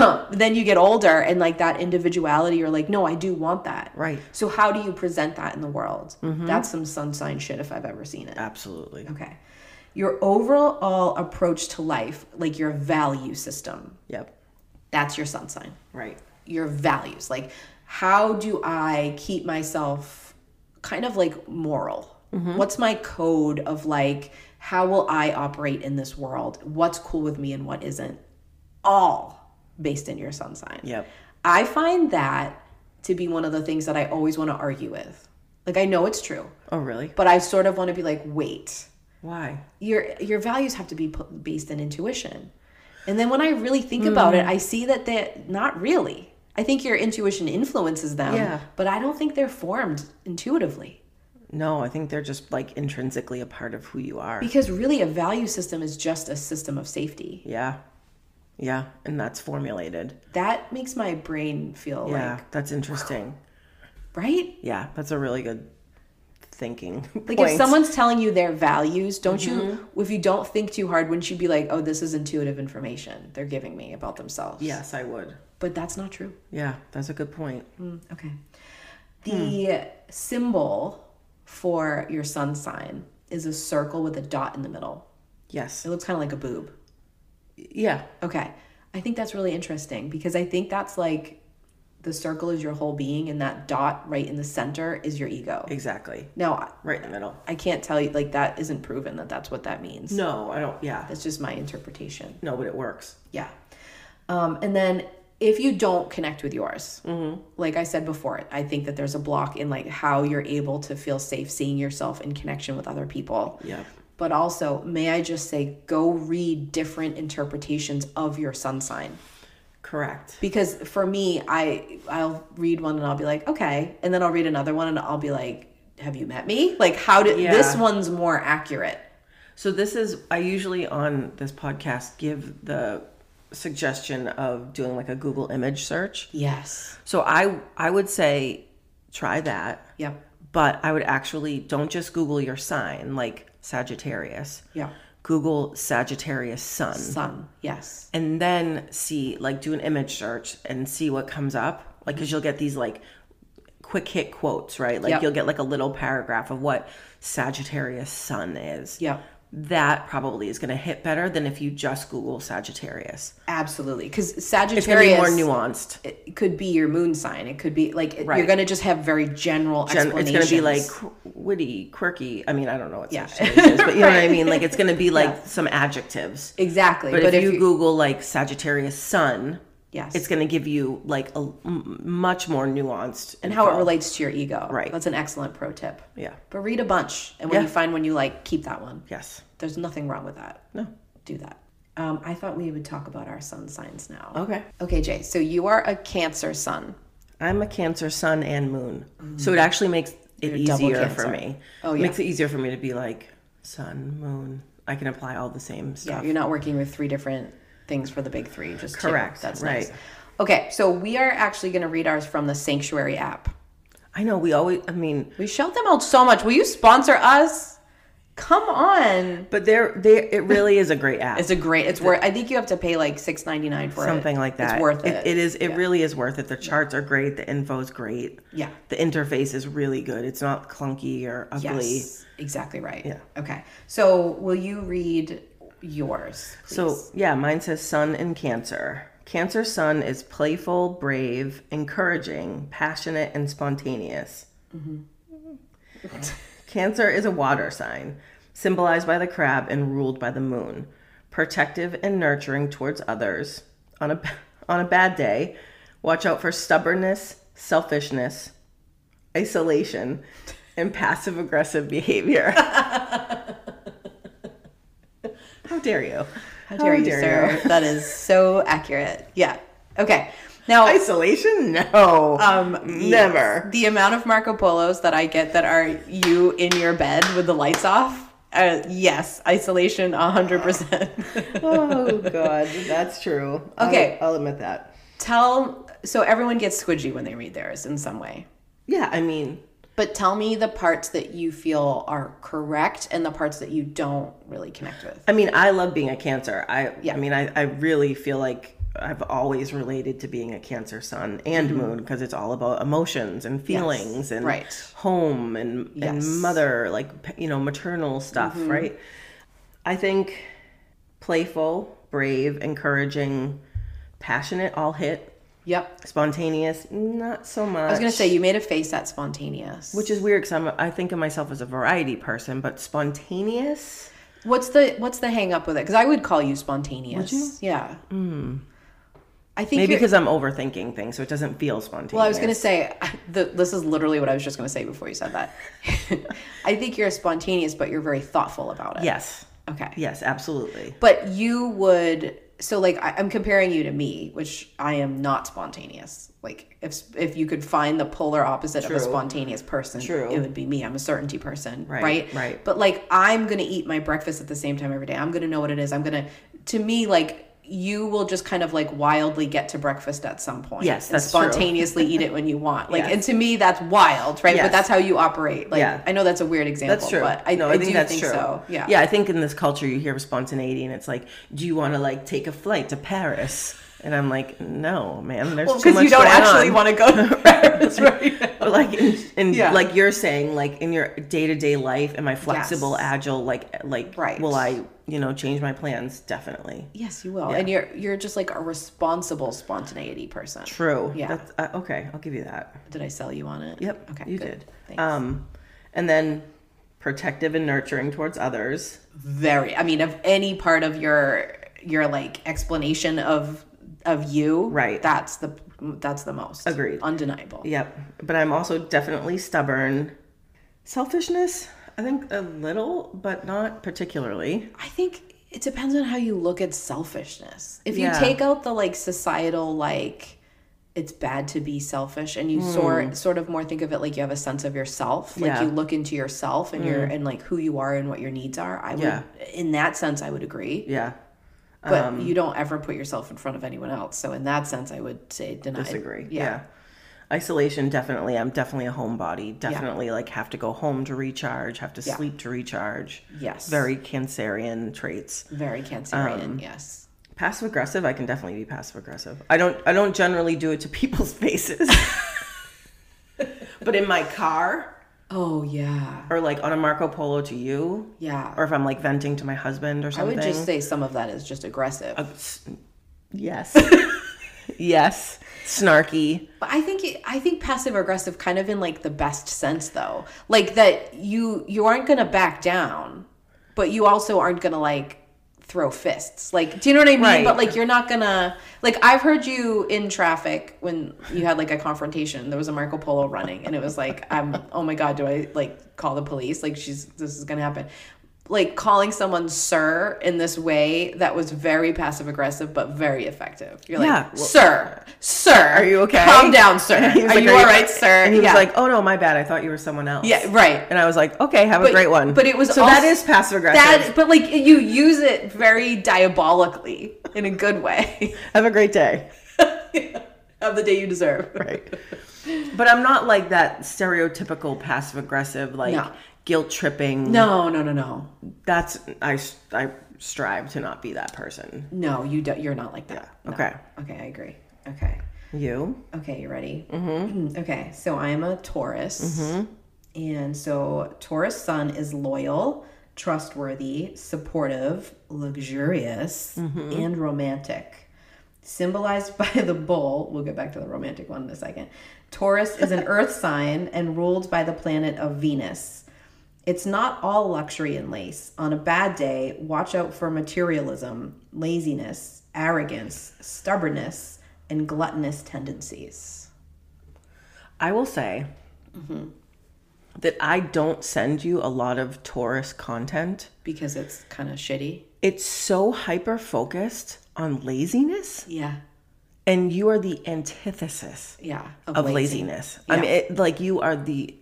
[SPEAKER 1] Um, then you get older and like that individuality, you're like, no, I do want that.
[SPEAKER 2] Right.
[SPEAKER 1] So how do you present that in the world? That's some sun sign shit if I've ever seen it.
[SPEAKER 2] Absolutely.
[SPEAKER 1] Okay. Your overall approach to life, like your value system,
[SPEAKER 2] Yep.
[SPEAKER 1] that's your sun sign.
[SPEAKER 2] Right.
[SPEAKER 1] Your values. Like, how do I keep myself kind of like moral? What's my code of like, how will I operate in this world? What's cool with me and what isn't? All based in your sun sign.
[SPEAKER 2] Yep.
[SPEAKER 1] I find that to be one of the things that I always want to argue with. Like I know it's true,
[SPEAKER 2] Oh, really?
[SPEAKER 1] but I sort of want to be like, wait,
[SPEAKER 2] Why?
[SPEAKER 1] your your values have to be pu- based in intuition. And then when I really think about
[SPEAKER 2] Hmm.
[SPEAKER 1] it, I see that they're not really. I think your intuition influences them,
[SPEAKER 2] Yeah.
[SPEAKER 1] but I don't think they're formed intuitively.
[SPEAKER 2] No, I think they're just like intrinsically a part of who you are.
[SPEAKER 1] Because really, a value system is just a system of safety.
[SPEAKER 2] yeah. Yeah. And that's formulated.
[SPEAKER 1] That makes my brain feel
[SPEAKER 2] Yeah.
[SPEAKER 1] like,
[SPEAKER 2] that's interesting.
[SPEAKER 1] right?
[SPEAKER 2] Yeah. That's a really good thinking.
[SPEAKER 1] Like
[SPEAKER 2] point.
[SPEAKER 1] if someone's telling you their values, don't you? If you don't think too hard, wouldn't you be like, "Oh, this is intuitive information they're giving me about themselves"?
[SPEAKER 2] Yes, I would.
[SPEAKER 1] but that's not true.
[SPEAKER 2] Yeah. That's a good point.
[SPEAKER 1] Okay. The symbol for your sun sign is a circle with a dot in the middle.
[SPEAKER 2] Yes.
[SPEAKER 1] It looks kind of like a boob.
[SPEAKER 2] Yeah.
[SPEAKER 1] Okay. I think that's really interesting because I think that's like the circle is your whole being, and that dot right in the center is your ego.
[SPEAKER 2] Exactly.
[SPEAKER 1] Now,
[SPEAKER 2] Right in the middle.
[SPEAKER 1] I can't tell you like that isn't proven that that's what that means.
[SPEAKER 2] No, I don't. Yeah.
[SPEAKER 1] That's just my interpretation.
[SPEAKER 2] No, but it works.
[SPEAKER 1] Yeah. Um, and then if you don't connect with yours, like I said before, I think that there's a block in like how you're able to feel safe seeing yourself in connection with other people.
[SPEAKER 2] Yep.
[SPEAKER 1] But also, may I just say, go read different interpretations of your sun sign
[SPEAKER 2] Correct.
[SPEAKER 1] because for me i i'll read one and i'll be like okay and then i'll read another one and i'll be like have you met me like how did
[SPEAKER 2] Yeah.
[SPEAKER 1] this one's more accurate
[SPEAKER 2] So this is I usually on this podcast give the suggestion of doing like a Google image search.
[SPEAKER 1] yes
[SPEAKER 2] So I I would say try that,
[SPEAKER 1] yep
[SPEAKER 2] but I would actually don't just Google your sign, like Sagittarius.
[SPEAKER 1] Yeah.
[SPEAKER 2] Google Sagittarius sun.
[SPEAKER 1] Sun. Yes.
[SPEAKER 2] and then see like do an image search and see what comes up like because you'll get these like quick hit quotes right like
[SPEAKER 1] Mm-hmm. Yep.
[SPEAKER 2] you'll get like a little paragraph of what sagittarius sun is
[SPEAKER 1] Yeah.
[SPEAKER 2] that probably is going to hit better than if you just google sagittarius
[SPEAKER 1] Absolutely. Because
[SPEAKER 2] it's going to be
[SPEAKER 1] Sagittarius
[SPEAKER 2] more nuanced
[SPEAKER 1] it could be your moon sign. It could be like it- you're going to just have very general
[SPEAKER 2] Gen- it's
[SPEAKER 1] explanations.
[SPEAKER 2] going to be like qu- witty quirky i mean i don't know what
[SPEAKER 1] Yeah.
[SPEAKER 2] sagittarius is but you know what i mean like it's going to be like some adjectives
[SPEAKER 1] exactly.
[SPEAKER 2] but, if, you google like sagittarius sun
[SPEAKER 1] yes,
[SPEAKER 2] it's going to give you like a m- much more nuanced
[SPEAKER 1] and how it relates to your ego.
[SPEAKER 2] Right.
[SPEAKER 1] That's an excellent pro tip.
[SPEAKER 2] yeah
[SPEAKER 1] But read a bunch, and when
[SPEAKER 2] Yeah.
[SPEAKER 1] you find one you like, keep that one.
[SPEAKER 2] yes
[SPEAKER 1] There's nothing wrong with that.
[SPEAKER 2] no
[SPEAKER 1] Do that. Um, I thought we would talk about our sun signs now.
[SPEAKER 2] okay
[SPEAKER 1] Okay, Jay. So you are a Cancer sun.
[SPEAKER 2] i'm a cancer sun and moon so it actually makes it
[SPEAKER 1] Mm. double
[SPEAKER 2] easier
[SPEAKER 1] Cancer.
[SPEAKER 2] for me
[SPEAKER 1] Oh,
[SPEAKER 2] It
[SPEAKER 1] yeah.
[SPEAKER 2] makes it easier for me to be like sun moon i can apply all the same
[SPEAKER 1] Yeah,
[SPEAKER 2] stuff
[SPEAKER 1] you're not working with three different things for the big three. Just two.
[SPEAKER 2] Correct,
[SPEAKER 1] That's
[SPEAKER 2] right.
[SPEAKER 1] nice. Okay, so we are actually going to read ours from the Sanctuary app.
[SPEAKER 2] i know we always i mean
[SPEAKER 1] We shout them out so much. Will you sponsor us? Come on.
[SPEAKER 2] but there there it really is a great app
[SPEAKER 1] It's a great. It's worth. I think you have to pay like six ninety nine for it.
[SPEAKER 2] something like that
[SPEAKER 1] It's worth it.
[SPEAKER 2] it is it really is worth it the charts are great the info is great
[SPEAKER 1] Yeah.
[SPEAKER 2] the interface is really good it's not clunky or ugly
[SPEAKER 1] Yes. Exactly right. Yeah. Okay. So will you read yours?
[SPEAKER 2] So, yeah, mine says Sun and Cancer. Cancer Sun is playful, brave, encouraging, passionate, and spontaneous. Cancer is a water sign, symbolized by the crab and ruled by the moon, protective and nurturing towards others. On a, on a bad day, watch out for stubbornness, selfishness, isolation, and passive aggressive behavior. How dare you?
[SPEAKER 1] How dare you, sir? That is so accurate. Yeah. Okay. Now
[SPEAKER 2] Isolation? No. Um, never.
[SPEAKER 1] the amount of Marco Polos that I get that are you in your bed with the lights off. Uh, yes, isolation, hundred percent.
[SPEAKER 2] Oh god, that's true.
[SPEAKER 1] Okay.
[SPEAKER 2] I'll, I'll admit that.
[SPEAKER 1] Tell so everyone gets squidgy when they read theirs in some way.
[SPEAKER 2] Yeah, I mean,
[SPEAKER 1] But tell me the parts that you feel are correct and the parts that you don't really connect with.
[SPEAKER 2] I mean, I love being a Cancer. I
[SPEAKER 1] Yeah.
[SPEAKER 2] I mean, I I really feel like I've always related to being a Cancer sun and
[SPEAKER 1] Mm-hmm.
[SPEAKER 2] moon because it's all about emotions and feelings and
[SPEAKER 1] right.
[SPEAKER 2] home and
[SPEAKER 1] Yes. Mm-hmm.
[SPEAKER 2] and mother like p- you know, maternal stuff, right? I think playful, brave, encouraging, passionate all hit.
[SPEAKER 1] Yep.
[SPEAKER 2] Spontaneous, not so much.
[SPEAKER 1] I was gonna say you made a face at spontaneous.
[SPEAKER 2] which is weird because I'm I think of myself as a variety person, but spontaneous.
[SPEAKER 1] what's the what's the hang up with it? Because I would call you spontaneous. Yeah. Mm. I think
[SPEAKER 2] Maybe
[SPEAKER 1] you're-
[SPEAKER 2] because I'm overthinking things, so it doesn't feel spontaneous.
[SPEAKER 1] Well, I was going to say, the, this is literally what I was just going to say before you said that. I think you're spontaneous, but you're very thoughtful about it.
[SPEAKER 2] yes,
[SPEAKER 1] Okay.
[SPEAKER 2] yes, absolutely.
[SPEAKER 1] But you would, so like, I, I'm comparing you to me, which I am not spontaneous. Like, if if you could find the polar opposite of a spontaneous person,
[SPEAKER 2] True.
[SPEAKER 1] it would be me. I'm a certainty person, right?
[SPEAKER 2] right.
[SPEAKER 1] But like, I'm going to eat my breakfast at the same time every day. I'm going to know what it is. I'm going to, to me, like, you will just kind of like wildly get to breakfast at some point.
[SPEAKER 2] Yes,
[SPEAKER 1] and
[SPEAKER 2] that's true.
[SPEAKER 1] spontaneously eat it when you want. Like,
[SPEAKER 2] Yes.
[SPEAKER 1] and to me, that's wild, right?
[SPEAKER 2] Yes.
[SPEAKER 1] But that's how you operate. Like,
[SPEAKER 2] Yeah.
[SPEAKER 1] I know that's a weird example,
[SPEAKER 2] That's true.
[SPEAKER 1] but I,
[SPEAKER 2] no,
[SPEAKER 1] I,
[SPEAKER 2] I think
[SPEAKER 1] do
[SPEAKER 2] that's
[SPEAKER 1] think
[SPEAKER 2] true.
[SPEAKER 1] so. Yeah.
[SPEAKER 2] yeah. I think in this culture, you hear spontaneity, and it's like, do you want to like take a flight to Paris? And I'm like, no, man. There's too
[SPEAKER 1] because
[SPEAKER 2] much
[SPEAKER 1] you don't
[SPEAKER 2] going
[SPEAKER 1] actually
[SPEAKER 2] on.
[SPEAKER 1] want to go to Paris, right?
[SPEAKER 2] But like in, in
[SPEAKER 1] Yeah.
[SPEAKER 2] like you're saying like in your day-to-day life am i flexible
[SPEAKER 1] Yes.
[SPEAKER 2] agile like like
[SPEAKER 1] Right.
[SPEAKER 2] will i you know change my plans definitely
[SPEAKER 1] Yes, you will. And you're you're just like a responsible spontaneity person.
[SPEAKER 2] true
[SPEAKER 1] Yeah.
[SPEAKER 2] That's, uh, okay i'll give you that
[SPEAKER 1] Did I sell you on it?
[SPEAKER 2] Yep.
[SPEAKER 1] Okay.
[SPEAKER 2] You
[SPEAKER 1] good.
[SPEAKER 2] did.
[SPEAKER 1] Thanks.
[SPEAKER 2] Um, and then protective and nurturing towards others.
[SPEAKER 1] Very. I mean, of any part of your your like explanation of of you,
[SPEAKER 2] Right.
[SPEAKER 1] That's the that's the most
[SPEAKER 2] Agreed.
[SPEAKER 1] undeniable.
[SPEAKER 2] Yep. But I'm also definitely stubborn. Selfishness, I think a little, but not particularly.
[SPEAKER 1] I think it depends on how you look at selfishness. If you
[SPEAKER 2] Yeah.
[SPEAKER 1] take out the like societal like it's bad to be selfish and you sort sort of more think of it like you have a sense of yourself. Like
[SPEAKER 2] Mm. Yeah. Mm.
[SPEAKER 1] you look into yourself and your and like who you are and what your needs are. I would
[SPEAKER 2] Yeah. Um,
[SPEAKER 1] in that sense I would agree.
[SPEAKER 2] Yeah.
[SPEAKER 1] But you don't ever put yourself in front of anyone else. So in that sense I would say deny.
[SPEAKER 2] Disagree.
[SPEAKER 1] Yeah.
[SPEAKER 2] Yeah. isolation definitely i'm definitely a homebody definitely like have to go home to recharge have to
[SPEAKER 1] Yeah.
[SPEAKER 2] sleep to recharge
[SPEAKER 1] Yes.
[SPEAKER 2] very Um, cancerian traits
[SPEAKER 1] Very cancerian. yes.
[SPEAKER 2] passive aggressive i can definitely be passive aggressive i don't i don't generally do it to people's faces but in my car
[SPEAKER 1] Oh yeah.
[SPEAKER 2] or like on a marco polo to you
[SPEAKER 1] Yeah.
[SPEAKER 2] or if i'm like venting to my husband or
[SPEAKER 1] I
[SPEAKER 2] something
[SPEAKER 1] would just say some of that is just aggressive.
[SPEAKER 2] yes yes snarky
[SPEAKER 1] But I think it, I think passive aggressive kind of in like the best sense though. Like that you you aren't going to back down, but you also aren't going to like throw fists. Like do you know what I mean?
[SPEAKER 2] Right.
[SPEAKER 1] But like you're not going to like I've heard you in traffic when you had like a confrontation. There was a Marco Polo running and it was like I'm oh my god, do I like call the police? Like she's this is going to happen. Like calling someone sir in this way that was very passive aggressive but very effective. You're like,
[SPEAKER 2] Yeah.
[SPEAKER 1] sir, sir,
[SPEAKER 2] Are you okay?
[SPEAKER 1] Calm down, sir. Are
[SPEAKER 2] He was like,
[SPEAKER 1] you all right, sir?
[SPEAKER 2] And he
[SPEAKER 1] yeah.
[SPEAKER 2] was like, "Oh no, my bad. I thought you were someone else."
[SPEAKER 1] yeah, right.
[SPEAKER 2] And I was like, "Okay, have
[SPEAKER 1] But-
[SPEAKER 2] a great one."
[SPEAKER 1] but it was
[SPEAKER 2] so that
[SPEAKER 1] also-
[SPEAKER 2] is passive aggressive.
[SPEAKER 1] That, but like you use it very diabolically in a good way.
[SPEAKER 2] have a great day.
[SPEAKER 1] Have the day you deserve.
[SPEAKER 2] Right. but I'm not like that stereotypical passive aggressive, like
[SPEAKER 1] No.
[SPEAKER 2] guilt tripping.
[SPEAKER 1] No, no, no, no,
[SPEAKER 2] that's I I strive to not be that person.
[SPEAKER 1] no. You don't. You're not like that. No.
[SPEAKER 2] Okay.
[SPEAKER 1] Okay, I agree. Okay.
[SPEAKER 2] You?
[SPEAKER 1] Okay, you ready? Mm-hmm. okay, so I'm a Taurus.
[SPEAKER 2] Mm-hmm.
[SPEAKER 1] And so Taurus sun is loyal, trustworthy, supportive, luxurious, and romantic. Symbolized by the bull, we'll get back to the romantic one in a second. Taurus is an earth sign and ruled by the planet of Venus. It's not all luxury and lace. On a bad day, watch out for materialism, laziness, arrogance, stubbornness, and gluttonous tendencies.
[SPEAKER 2] I will say
[SPEAKER 1] Mm-hmm.
[SPEAKER 2] that I don't send you a lot of Taurus content.
[SPEAKER 1] Because it's kind of shitty.
[SPEAKER 2] It's so hyper focused on laziness,
[SPEAKER 1] Yeah.
[SPEAKER 2] and you are the antithesis
[SPEAKER 1] Yeah.
[SPEAKER 2] of
[SPEAKER 1] lazy.
[SPEAKER 2] laziness. I mean, it, like you are the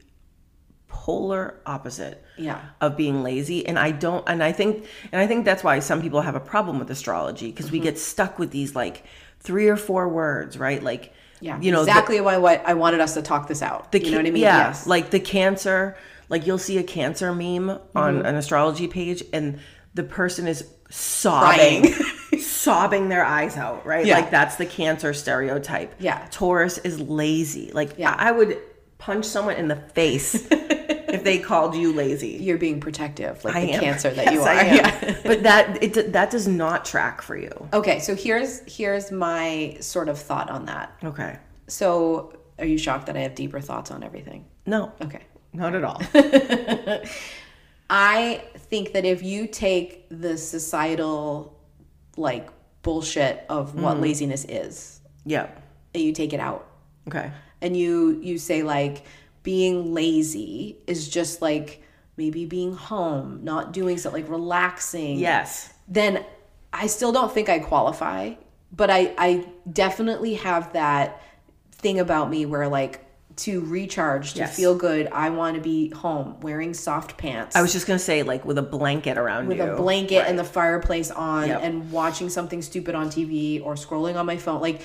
[SPEAKER 2] polar opposite
[SPEAKER 1] Yeah.
[SPEAKER 2] of being lazy and i don't and i think and i think that's why some people have a problem with astrology because
[SPEAKER 1] Mm-hmm.
[SPEAKER 2] we get stuck with these like three or four words right like
[SPEAKER 1] Yeah.
[SPEAKER 2] you know the-
[SPEAKER 1] exactly why what I wanted us to talk this out.
[SPEAKER 2] the
[SPEAKER 1] you know
[SPEAKER 2] ca-
[SPEAKER 1] what I mean?
[SPEAKER 2] yeah
[SPEAKER 1] Yes.
[SPEAKER 2] like the cancer like you'll see a cancer meme
[SPEAKER 1] Mm-hmm.
[SPEAKER 2] on an astrology page and the person is sobbing sobbing their eyes out right
[SPEAKER 1] Yeah.
[SPEAKER 2] like that's the cancer stereotype
[SPEAKER 1] Yeah.
[SPEAKER 2] taurus is lazy like
[SPEAKER 1] Yeah.
[SPEAKER 2] I-, I would punch someone in the face if they called you lazy
[SPEAKER 1] You're being protective, like
[SPEAKER 2] I
[SPEAKER 1] the
[SPEAKER 2] am.
[SPEAKER 1] cancer that
[SPEAKER 2] Yes,
[SPEAKER 1] you are.
[SPEAKER 2] I am.
[SPEAKER 1] Yeah.
[SPEAKER 2] but that it d- that does not track for you.
[SPEAKER 1] Okay, so here's here's my sort of thought on that.
[SPEAKER 2] Okay.
[SPEAKER 1] So are you shocked that I have deeper thoughts on everything?
[SPEAKER 2] No.
[SPEAKER 1] Okay.
[SPEAKER 2] Not at all.
[SPEAKER 1] I think that if you take the societal like bullshit of what
[SPEAKER 2] Mm-hmm.
[SPEAKER 1] laziness is,
[SPEAKER 2] yeah.
[SPEAKER 1] and you take it out
[SPEAKER 2] Okay.
[SPEAKER 1] and you you say like being lazy is just like maybe being home, not doing something like relaxing.
[SPEAKER 2] Yes.
[SPEAKER 1] Then I still don't think I qualify, but I I definitely have that thing about me where like to recharge, to
[SPEAKER 2] Yes.
[SPEAKER 1] feel good, I want to be home wearing soft pants.
[SPEAKER 2] I was just gonna say like with a blanket around
[SPEAKER 1] with
[SPEAKER 2] you.
[SPEAKER 1] a blanket and the fireplace on
[SPEAKER 2] Yep.
[SPEAKER 1] and watching something stupid on TV or scrolling on my phone. Like,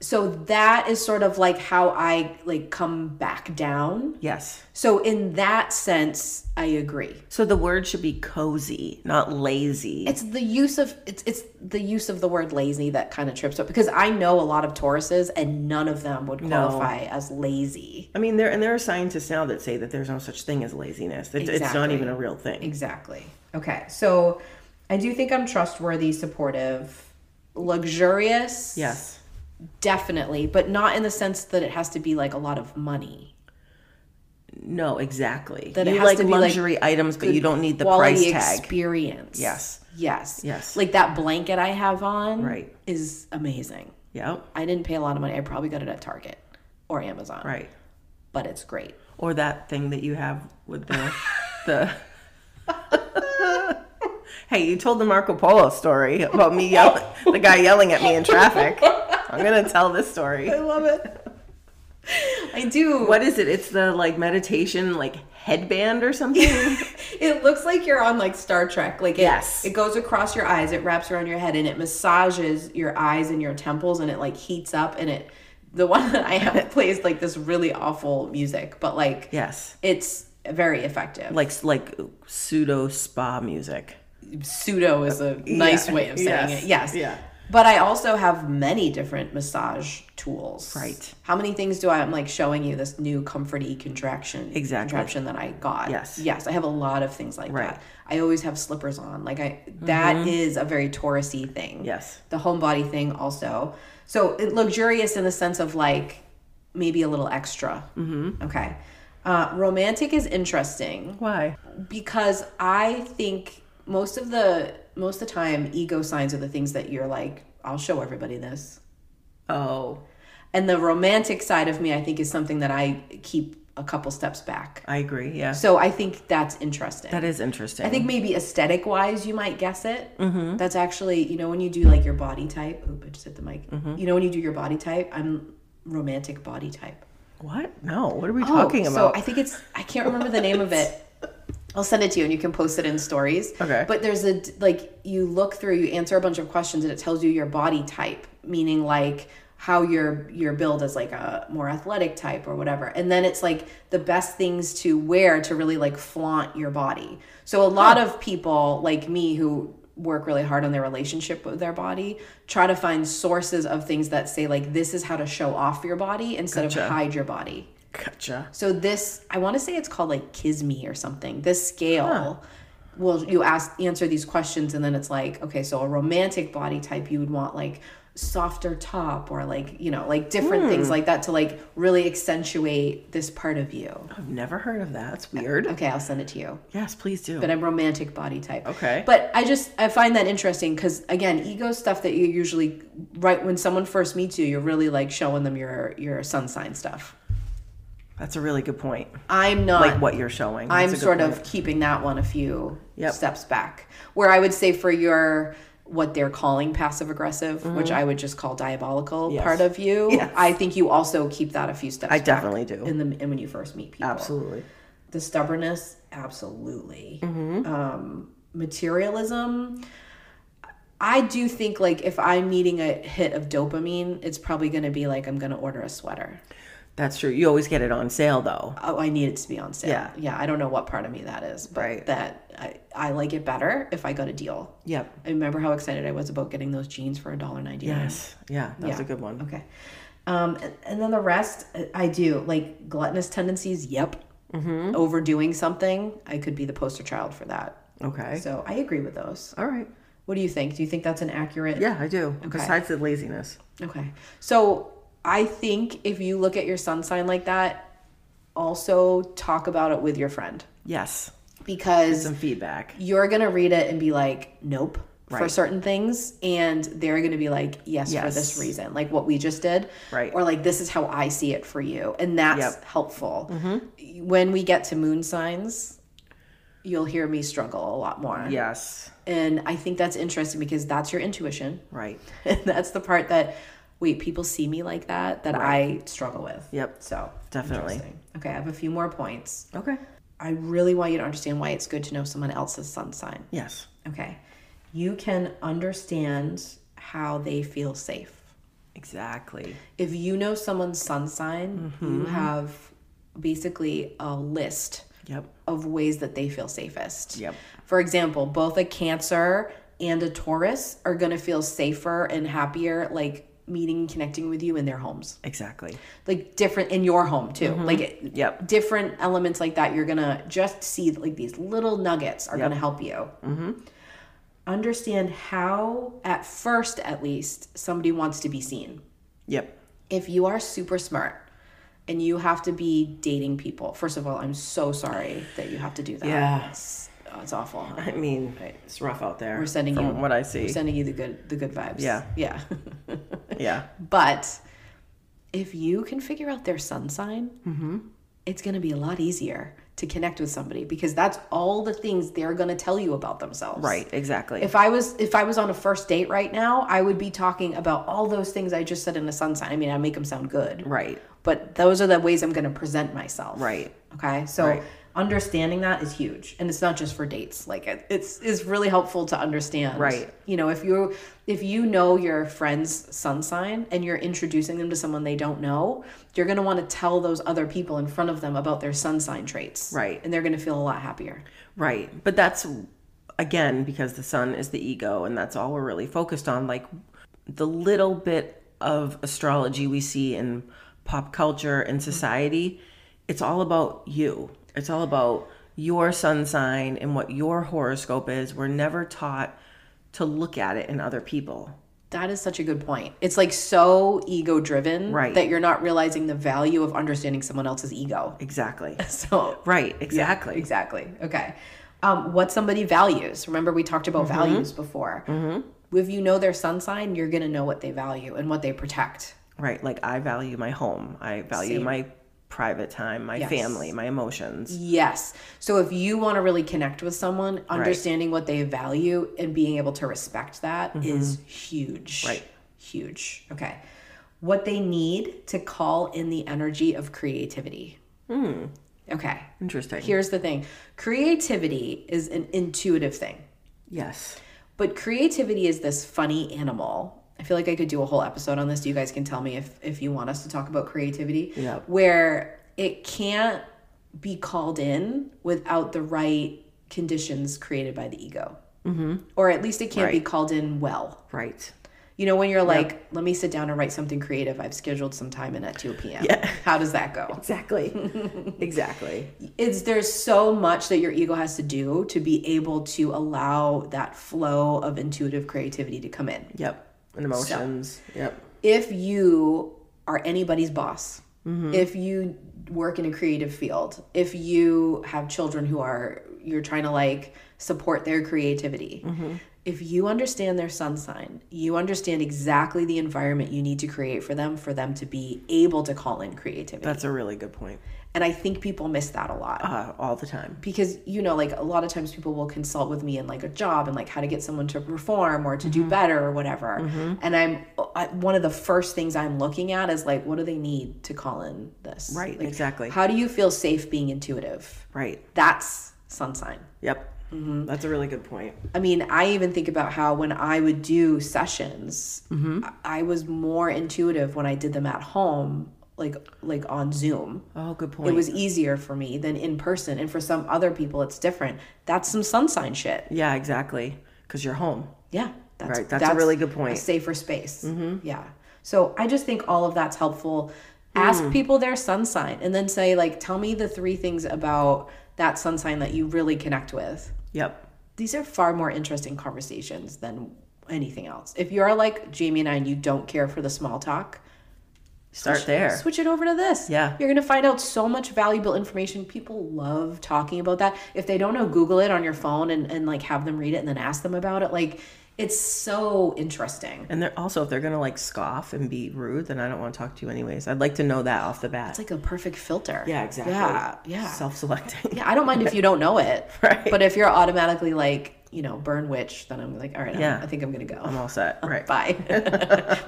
[SPEAKER 1] so that is sort of like how I like come back down.
[SPEAKER 2] Yes.
[SPEAKER 1] So in that sense, I agree.
[SPEAKER 2] So the word should be cozy, not lazy.
[SPEAKER 1] It's the use of it's it's the use of the word lazy that kind of trips up because I know a lot of Tauruses and none of them would qualify as lazy.
[SPEAKER 2] I mean, there and there are scientists now that say that there's no such thing as laziness. That It's not
[SPEAKER 1] Exactly.
[SPEAKER 2] even a real thing.
[SPEAKER 1] Exactly. Okay. So I do think I'm trustworthy, supportive, luxurious.
[SPEAKER 2] Yes.
[SPEAKER 1] Definitely, but not in the sense that it has to be like a lot of money.
[SPEAKER 2] No. Exactly.
[SPEAKER 1] That it
[SPEAKER 2] you
[SPEAKER 1] has
[SPEAKER 2] like
[SPEAKER 1] to be, like,
[SPEAKER 2] luxury items, but you don't need the price
[SPEAKER 1] Quality
[SPEAKER 2] tag.
[SPEAKER 1] experience.
[SPEAKER 2] Yes.
[SPEAKER 1] Yes.
[SPEAKER 2] Yes.
[SPEAKER 1] Like that blanket I have on
[SPEAKER 2] Right.
[SPEAKER 1] is amazing.
[SPEAKER 2] Yep.
[SPEAKER 1] I didn't pay a lot of money. I probably got it at Target or Amazon.
[SPEAKER 2] Right.
[SPEAKER 1] But it's great.
[SPEAKER 2] or that thing that you have with the the hey you told the marco polo story about me yelling the guy yelling at me in traffic i'm gonna tell this story
[SPEAKER 1] I love it. I do.
[SPEAKER 2] what is it it's the like meditation like headband or something
[SPEAKER 1] It looks like you're on like Star Trek. Like it,
[SPEAKER 2] Yes.
[SPEAKER 1] it goes across your eyes, it wraps around your head, and it massages your eyes and your temples, and it like heats up and it the one that I have plays like this really awful music, but like
[SPEAKER 2] Yes.
[SPEAKER 1] it's very effective.
[SPEAKER 2] Like like pseudo spa music.
[SPEAKER 1] pseudo is a nice way of saying
[SPEAKER 2] Yes.
[SPEAKER 1] it. Yes.
[SPEAKER 2] Yeah.
[SPEAKER 1] But I also have many different massage tools.
[SPEAKER 2] Right.
[SPEAKER 1] How many things do I? I'm like showing you this new comforty contraction
[SPEAKER 2] Exactly.
[SPEAKER 1] contraption that I got.
[SPEAKER 2] Yes.
[SPEAKER 1] Yes. I have a lot of things like
[SPEAKER 2] Right. Mm-hmm.
[SPEAKER 1] that. I always have slippers on. Like I, that is a very Taurusy thing.
[SPEAKER 2] Yes.
[SPEAKER 1] The home body thing also. So it, luxurious in the sense of like maybe a little extra. Mm-hmm. Okay. Uh, romantic is interesting
[SPEAKER 2] Why?
[SPEAKER 1] because I think most of the most of the time ego signs are the things that you're like, I'll show everybody this.
[SPEAKER 2] Oh,
[SPEAKER 1] And the romantic side of me I think is something that I keep a couple steps back.
[SPEAKER 2] I agree. Yeah.
[SPEAKER 1] So I think that's interesting.
[SPEAKER 2] that is interesting.
[SPEAKER 1] I think maybe aesthetic wise, you might guess it. Mm-hmm. That's actually, you know, when you do like your body type. Oop, I just hit the mic. You know, when you do your body type, I'm romantic body type.
[SPEAKER 2] what? No. What are we
[SPEAKER 1] Oh,
[SPEAKER 2] talking about?
[SPEAKER 1] So I think it's I can't remember the name of it. I'll send it to you and you can post it in stories.
[SPEAKER 2] Okay.
[SPEAKER 1] But there's a d- like you look through, you answer a bunch of questions and it tells you your body type, meaning like how you're you're built as like a more athletic type or whatever. And then it's like the best things to wear to really like flaunt your body. So a lot of people like me who work really hard on their relationship with their body try to find sources of things that say like this is how to show off your body instead of hide your body.
[SPEAKER 2] gotcha.
[SPEAKER 1] So this, I want to say it's called like Kisme or something. This scale will you ask answer these questions and then it's like okay, so a romantic body type you would want like softer top or like you know like different
[SPEAKER 2] Hmm.
[SPEAKER 1] things like that to like really accentuate this part of you.
[SPEAKER 2] I've never heard of that. That's weird.
[SPEAKER 1] Okay, I'll send it to you.
[SPEAKER 2] Yes, please do.
[SPEAKER 1] But I'm romantic body type.
[SPEAKER 2] Okay.
[SPEAKER 1] But I just I find that interesting because again, ego stuff that you usually right when someone first meets you, you're really like showing them your your sun sign stuff.
[SPEAKER 2] That's a really good point.
[SPEAKER 1] I'm not
[SPEAKER 2] Like what you're showing. That's
[SPEAKER 1] I'm
[SPEAKER 2] a good
[SPEAKER 1] sort
[SPEAKER 2] point.
[SPEAKER 1] of keeping that one a few
[SPEAKER 2] Yep.
[SPEAKER 1] steps back. Where I would say for your what they're calling passive aggressive, which I would just call diabolical
[SPEAKER 2] Mm-hmm. Yes.
[SPEAKER 1] part of you,
[SPEAKER 2] Yes.
[SPEAKER 1] I think you also keep that a few steps.
[SPEAKER 2] I
[SPEAKER 1] back
[SPEAKER 2] definitely do.
[SPEAKER 1] In the and when you first meet people,
[SPEAKER 2] Absolutely.
[SPEAKER 1] the stubbornness, absolutely.
[SPEAKER 2] Mm-hmm.
[SPEAKER 1] Um, materialism. I do think like if I'm needing a hit of dopamine, it's probably going to be like I'm going to order a sweater.
[SPEAKER 2] That's true. You always get it on sale though.
[SPEAKER 1] oh, I need it to be on sale.
[SPEAKER 2] Yeah.
[SPEAKER 1] Yeah. I don't know what part of me that is, but
[SPEAKER 2] Right.
[SPEAKER 1] that I, I like it better if I got a deal.
[SPEAKER 2] Yep.
[SPEAKER 1] I remember how excited I was about getting those jeans for $1.99.
[SPEAKER 2] Yes. Yeah. That's
[SPEAKER 1] Yeah.
[SPEAKER 2] a good one.
[SPEAKER 1] Okay. Um, and, and then the rest, I- I do like gluttonous tendencies. Yep.
[SPEAKER 2] Mm-hmm.
[SPEAKER 1] Overdoing something. I could be the poster child for that.
[SPEAKER 2] Okay.
[SPEAKER 1] So I agree with those.
[SPEAKER 2] All right.
[SPEAKER 1] What do you think? Do you think that's an accurate?
[SPEAKER 2] Yeah, I do. Besides the laziness.
[SPEAKER 1] Okay. So I think if you look at your sun sign like that, also talk about it with your friend
[SPEAKER 2] Yes.
[SPEAKER 1] because
[SPEAKER 2] Some feedback.
[SPEAKER 1] you're gonna read it and be like, nope for
[SPEAKER 2] Right.
[SPEAKER 1] certain things, and they're gonna be like, yes, for
[SPEAKER 2] Yes.
[SPEAKER 1] this reason, like what we just did,
[SPEAKER 2] Right.
[SPEAKER 1] Or like this is how I see it for you, and that's
[SPEAKER 2] Yep. Mm-hmm.
[SPEAKER 1] helpful. When we get to moon signs, you'll hear me struggle a lot more,
[SPEAKER 2] Yes.
[SPEAKER 1] And I think that's interesting because that's your intuition,
[SPEAKER 2] Right.
[SPEAKER 1] and that's the part that wait people see me like that that I struggle with.
[SPEAKER 2] Yep.
[SPEAKER 1] So
[SPEAKER 2] Definitely.
[SPEAKER 1] interesting. Okay, I have a few more points.
[SPEAKER 2] Okay.
[SPEAKER 1] I really want you to understand why it's good to know someone else's sun sign.
[SPEAKER 2] Yes.
[SPEAKER 1] Okay. You can understand how they feel safe.
[SPEAKER 2] Exactly.
[SPEAKER 1] If you know someone's sun sign, you have basically a list
[SPEAKER 2] Yep.
[SPEAKER 1] of ways that they feel safest.
[SPEAKER 2] Yep.
[SPEAKER 1] For example, both a Cancer and a Taurus are going to feel safer and happier like meeting and connecting with you in their homes.
[SPEAKER 2] Exactly.
[SPEAKER 1] Like different in your home too. Like
[SPEAKER 2] Yep.
[SPEAKER 1] different elements like that you're going to just see like these little nuggets are going to help you.
[SPEAKER 2] Mm-hmm.
[SPEAKER 1] Understand how at first at least somebody wants to be seen
[SPEAKER 2] Yep.
[SPEAKER 1] if you are super smart and you have to be dating people, first of all, I'm so sorry that you have to do that.
[SPEAKER 2] Yeah.
[SPEAKER 1] It's, oh, it's awful.
[SPEAKER 2] I mean, it's rough out there.
[SPEAKER 1] We're sending
[SPEAKER 2] from
[SPEAKER 1] you-
[SPEAKER 2] what I
[SPEAKER 1] I'm
[SPEAKER 2] see.
[SPEAKER 1] sending you the good the good vibes.
[SPEAKER 2] Yeah.
[SPEAKER 1] Yeah.
[SPEAKER 2] yeah.
[SPEAKER 1] but if you can figure out their sun sign, it's gonna be a lot easier to connect with somebody because that's all the things they're gonna tell you about themselves.
[SPEAKER 2] Right. Exactly.
[SPEAKER 1] If I was if I was on a first date right now, I would be talking about all those things I just said in a sun sign. I mean, I make them sound good,
[SPEAKER 2] right.
[SPEAKER 1] but those are the ways I'm going to present myself.
[SPEAKER 2] Right.
[SPEAKER 1] Okay. So understanding that is huge and it's not just for dates like it, it's it's really helpful to understand
[SPEAKER 2] Right.
[SPEAKER 1] you know if you if you know your friend's sun sign and you're introducing them to someone they don't know you're going to want to tell those other people in front of them about their sun sign traits
[SPEAKER 2] Right.
[SPEAKER 1] and they're going to feel a lot happier
[SPEAKER 2] Right. But that's again because the sun is the ego and that's all we're really focused on like the little bit of astrology we see in pop culture and society it's all about you. It's all about your sun sign and what your horoscope is. We're never taught to look at it in other people.
[SPEAKER 1] That is such a good point. It's like so ego driven
[SPEAKER 2] Right.
[SPEAKER 1] that you're not realizing the value of understanding someone else's ego.
[SPEAKER 2] Exactly.
[SPEAKER 1] So,
[SPEAKER 2] Right, exactly.
[SPEAKER 1] exactly. Okay. Um, what somebody values. Remember, we talked about values before. If you know their sun sign, you're going to know what they value and what they protect.
[SPEAKER 2] Right. Like I value my home. I value my private time, my family, my emotions.
[SPEAKER 1] Yes. So, if you want to really connect with someone, understanding what they value and being able to respect that is huge.
[SPEAKER 2] Right.
[SPEAKER 1] Huge. Okay. What they need to call in the energy of creativity. Okay.
[SPEAKER 2] Interesting.
[SPEAKER 1] Here's the thing creativity is an intuitive thing,
[SPEAKER 2] Yes.
[SPEAKER 1] but creativity is this funny animal. I feel like I could do a whole episode on this. You guys can tell me if, if you want us to talk about creativity,
[SPEAKER 2] Yeah.
[SPEAKER 1] where it can't be called in without the right conditions created by the ego. Mm-hmm. Or at least it can't be called in well.
[SPEAKER 2] Right.
[SPEAKER 1] You know, when you're like, let me sit down and write something creative, I've scheduled some time in at 2 p.m. How does that go?
[SPEAKER 2] Exactly. exactly.
[SPEAKER 1] it's there's so much that your ego has to do to be able to allow that flow of intuitive creativity to come in.
[SPEAKER 2] Yep. And emotions. Yep.
[SPEAKER 1] If you are anybody's boss, if you work in a creative field, if you have children who are you're trying to like support their creativity. If you understand their sun sign, you understand exactly the environment you need to create for them for them to be able to call in creativity.
[SPEAKER 2] That's a really good point.
[SPEAKER 1] and I think people miss that a lot
[SPEAKER 2] Uh, all the time.
[SPEAKER 1] because you know like a lot of times people will consult with me in like a job and like how to get someone to perform or to
[SPEAKER 2] Mm-hmm.
[SPEAKER 1] do better or whatever and i'm I, one of the first things i'm looking at is like what do they need to call in this
[SPEAKER 2] Right,
[SPEAKER 1] Like,
[SPEAKER 2] exactly.
[SPEAKER 1] how do you feel safe being intuitive
[SPEAKER 2] Right.
[SPEAKER 1] that's sun sign
[SPEAKER 2] Yep. That's a really good point.
[SPEAKER 1] I mean, I even think about how when I would do sessions,
[SPEAKER 2] Mm-hmm.
[SPEAKER 1] I I was more intuitive when I did them at home, like like on Zoom.
[SPEAKER 2] Oh, good
[SPEAKER 1] It
[SPEAKER 2] point.
[SPEAKER 1] was easier for me than in person, and for some other people, it's different. That's some sun sign shit.
[SPEAKER 2] yeah, exactly. Because you're home.
[SPEAKER 1] Yeah, that's
[SPEAKER 2] Right, that's a really good point. Mm-hmm.
[SPEAKER 1] A safer space. Yeah. So I just think all of that's helpful.
[SPEAKER 2] Mm.
[SPEAKER 1] Ask people their sun sign, and then say like, "Tell me the three things about that sun sign that you really connect with."
[SPEAKER 2] Yep.
[SPEAKER 1] these are far more interesting conversations than anything else. If you're like Jamie and I and you don't care for the small talk,
[SPEAKER 2] Start there.
[SPEAKER 1] switch it over to this.
[SPEAKER 2] Yeah.
[SPEAKER 1] You're going to find out so much valuable information. People love talking about that. If they don't know, Google it on your phone and, and like have them read it and then ask them about it. Like, it's so interesting.
[SPEAKER 2] And they're also if they're gonna like scoff and be rude, then I don't want to talk to you anyways. I'd like to know that off the bat.
[SPEAKER 1] It's like a perfect filter.
[SPEAKER 2] yeah, exactly.
[SPEAKER 1] Yeah. Yeah.
[SPEAKER 2] Self-selecting.
[SPEAKER 1] yeah. I don't mind if you don't know it.
[SPEAKER 2] Right.
[SPEAKER 1] But if you're automatically like, you know, burn witch, then I'm like, all right,
[SPEAKER 2] Yeah.
[SPEAKER 1] I think I'm going to go.
[SPEAKER 2] I'm all set. Right.
[SPEAKER 1] Bye.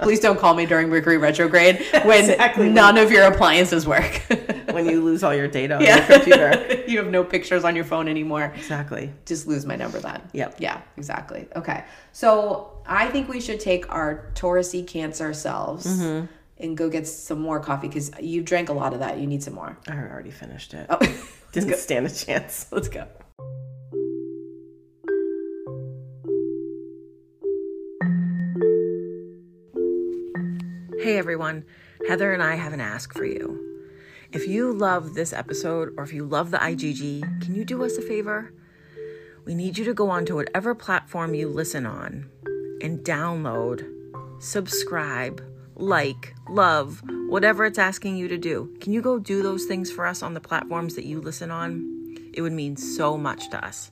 [SPEAKER 1] Please don't call me during Mercury retrograde when none of your appliances work.
[SPEAKER 2] When you lose all your data on your computer.
[SPEAKER 1] you have no pictures on your phone anymore.
[SPEAKER 2] Exactly.
[SPEAKER 1] Just lose my number then.
[SPEAKER 2] Yep.
[SPEAKER 1] Yeah, exactly. Okay. So I think we should take our Taurusy Cancer selves and go get some more coffee because you drank a lot of that. You need some more.
[SPEAKER 2] I already finished it.
[SPEAKER 1] Oh,
[SPEAKER 2] Didn't stand a chance.
[SPEAKER 1] let's go.
[SPEAKER 4] Hey everyone, Heather and I have an ask for you. If you love this episode or if you love the IGG, can you do us a favor? We need you to go onto whatever platform you listen on and download, subscribe, like, love, whatever it's asking you to do. Can you go do those things for us on the platforms that you listen on? It would mean so much to us.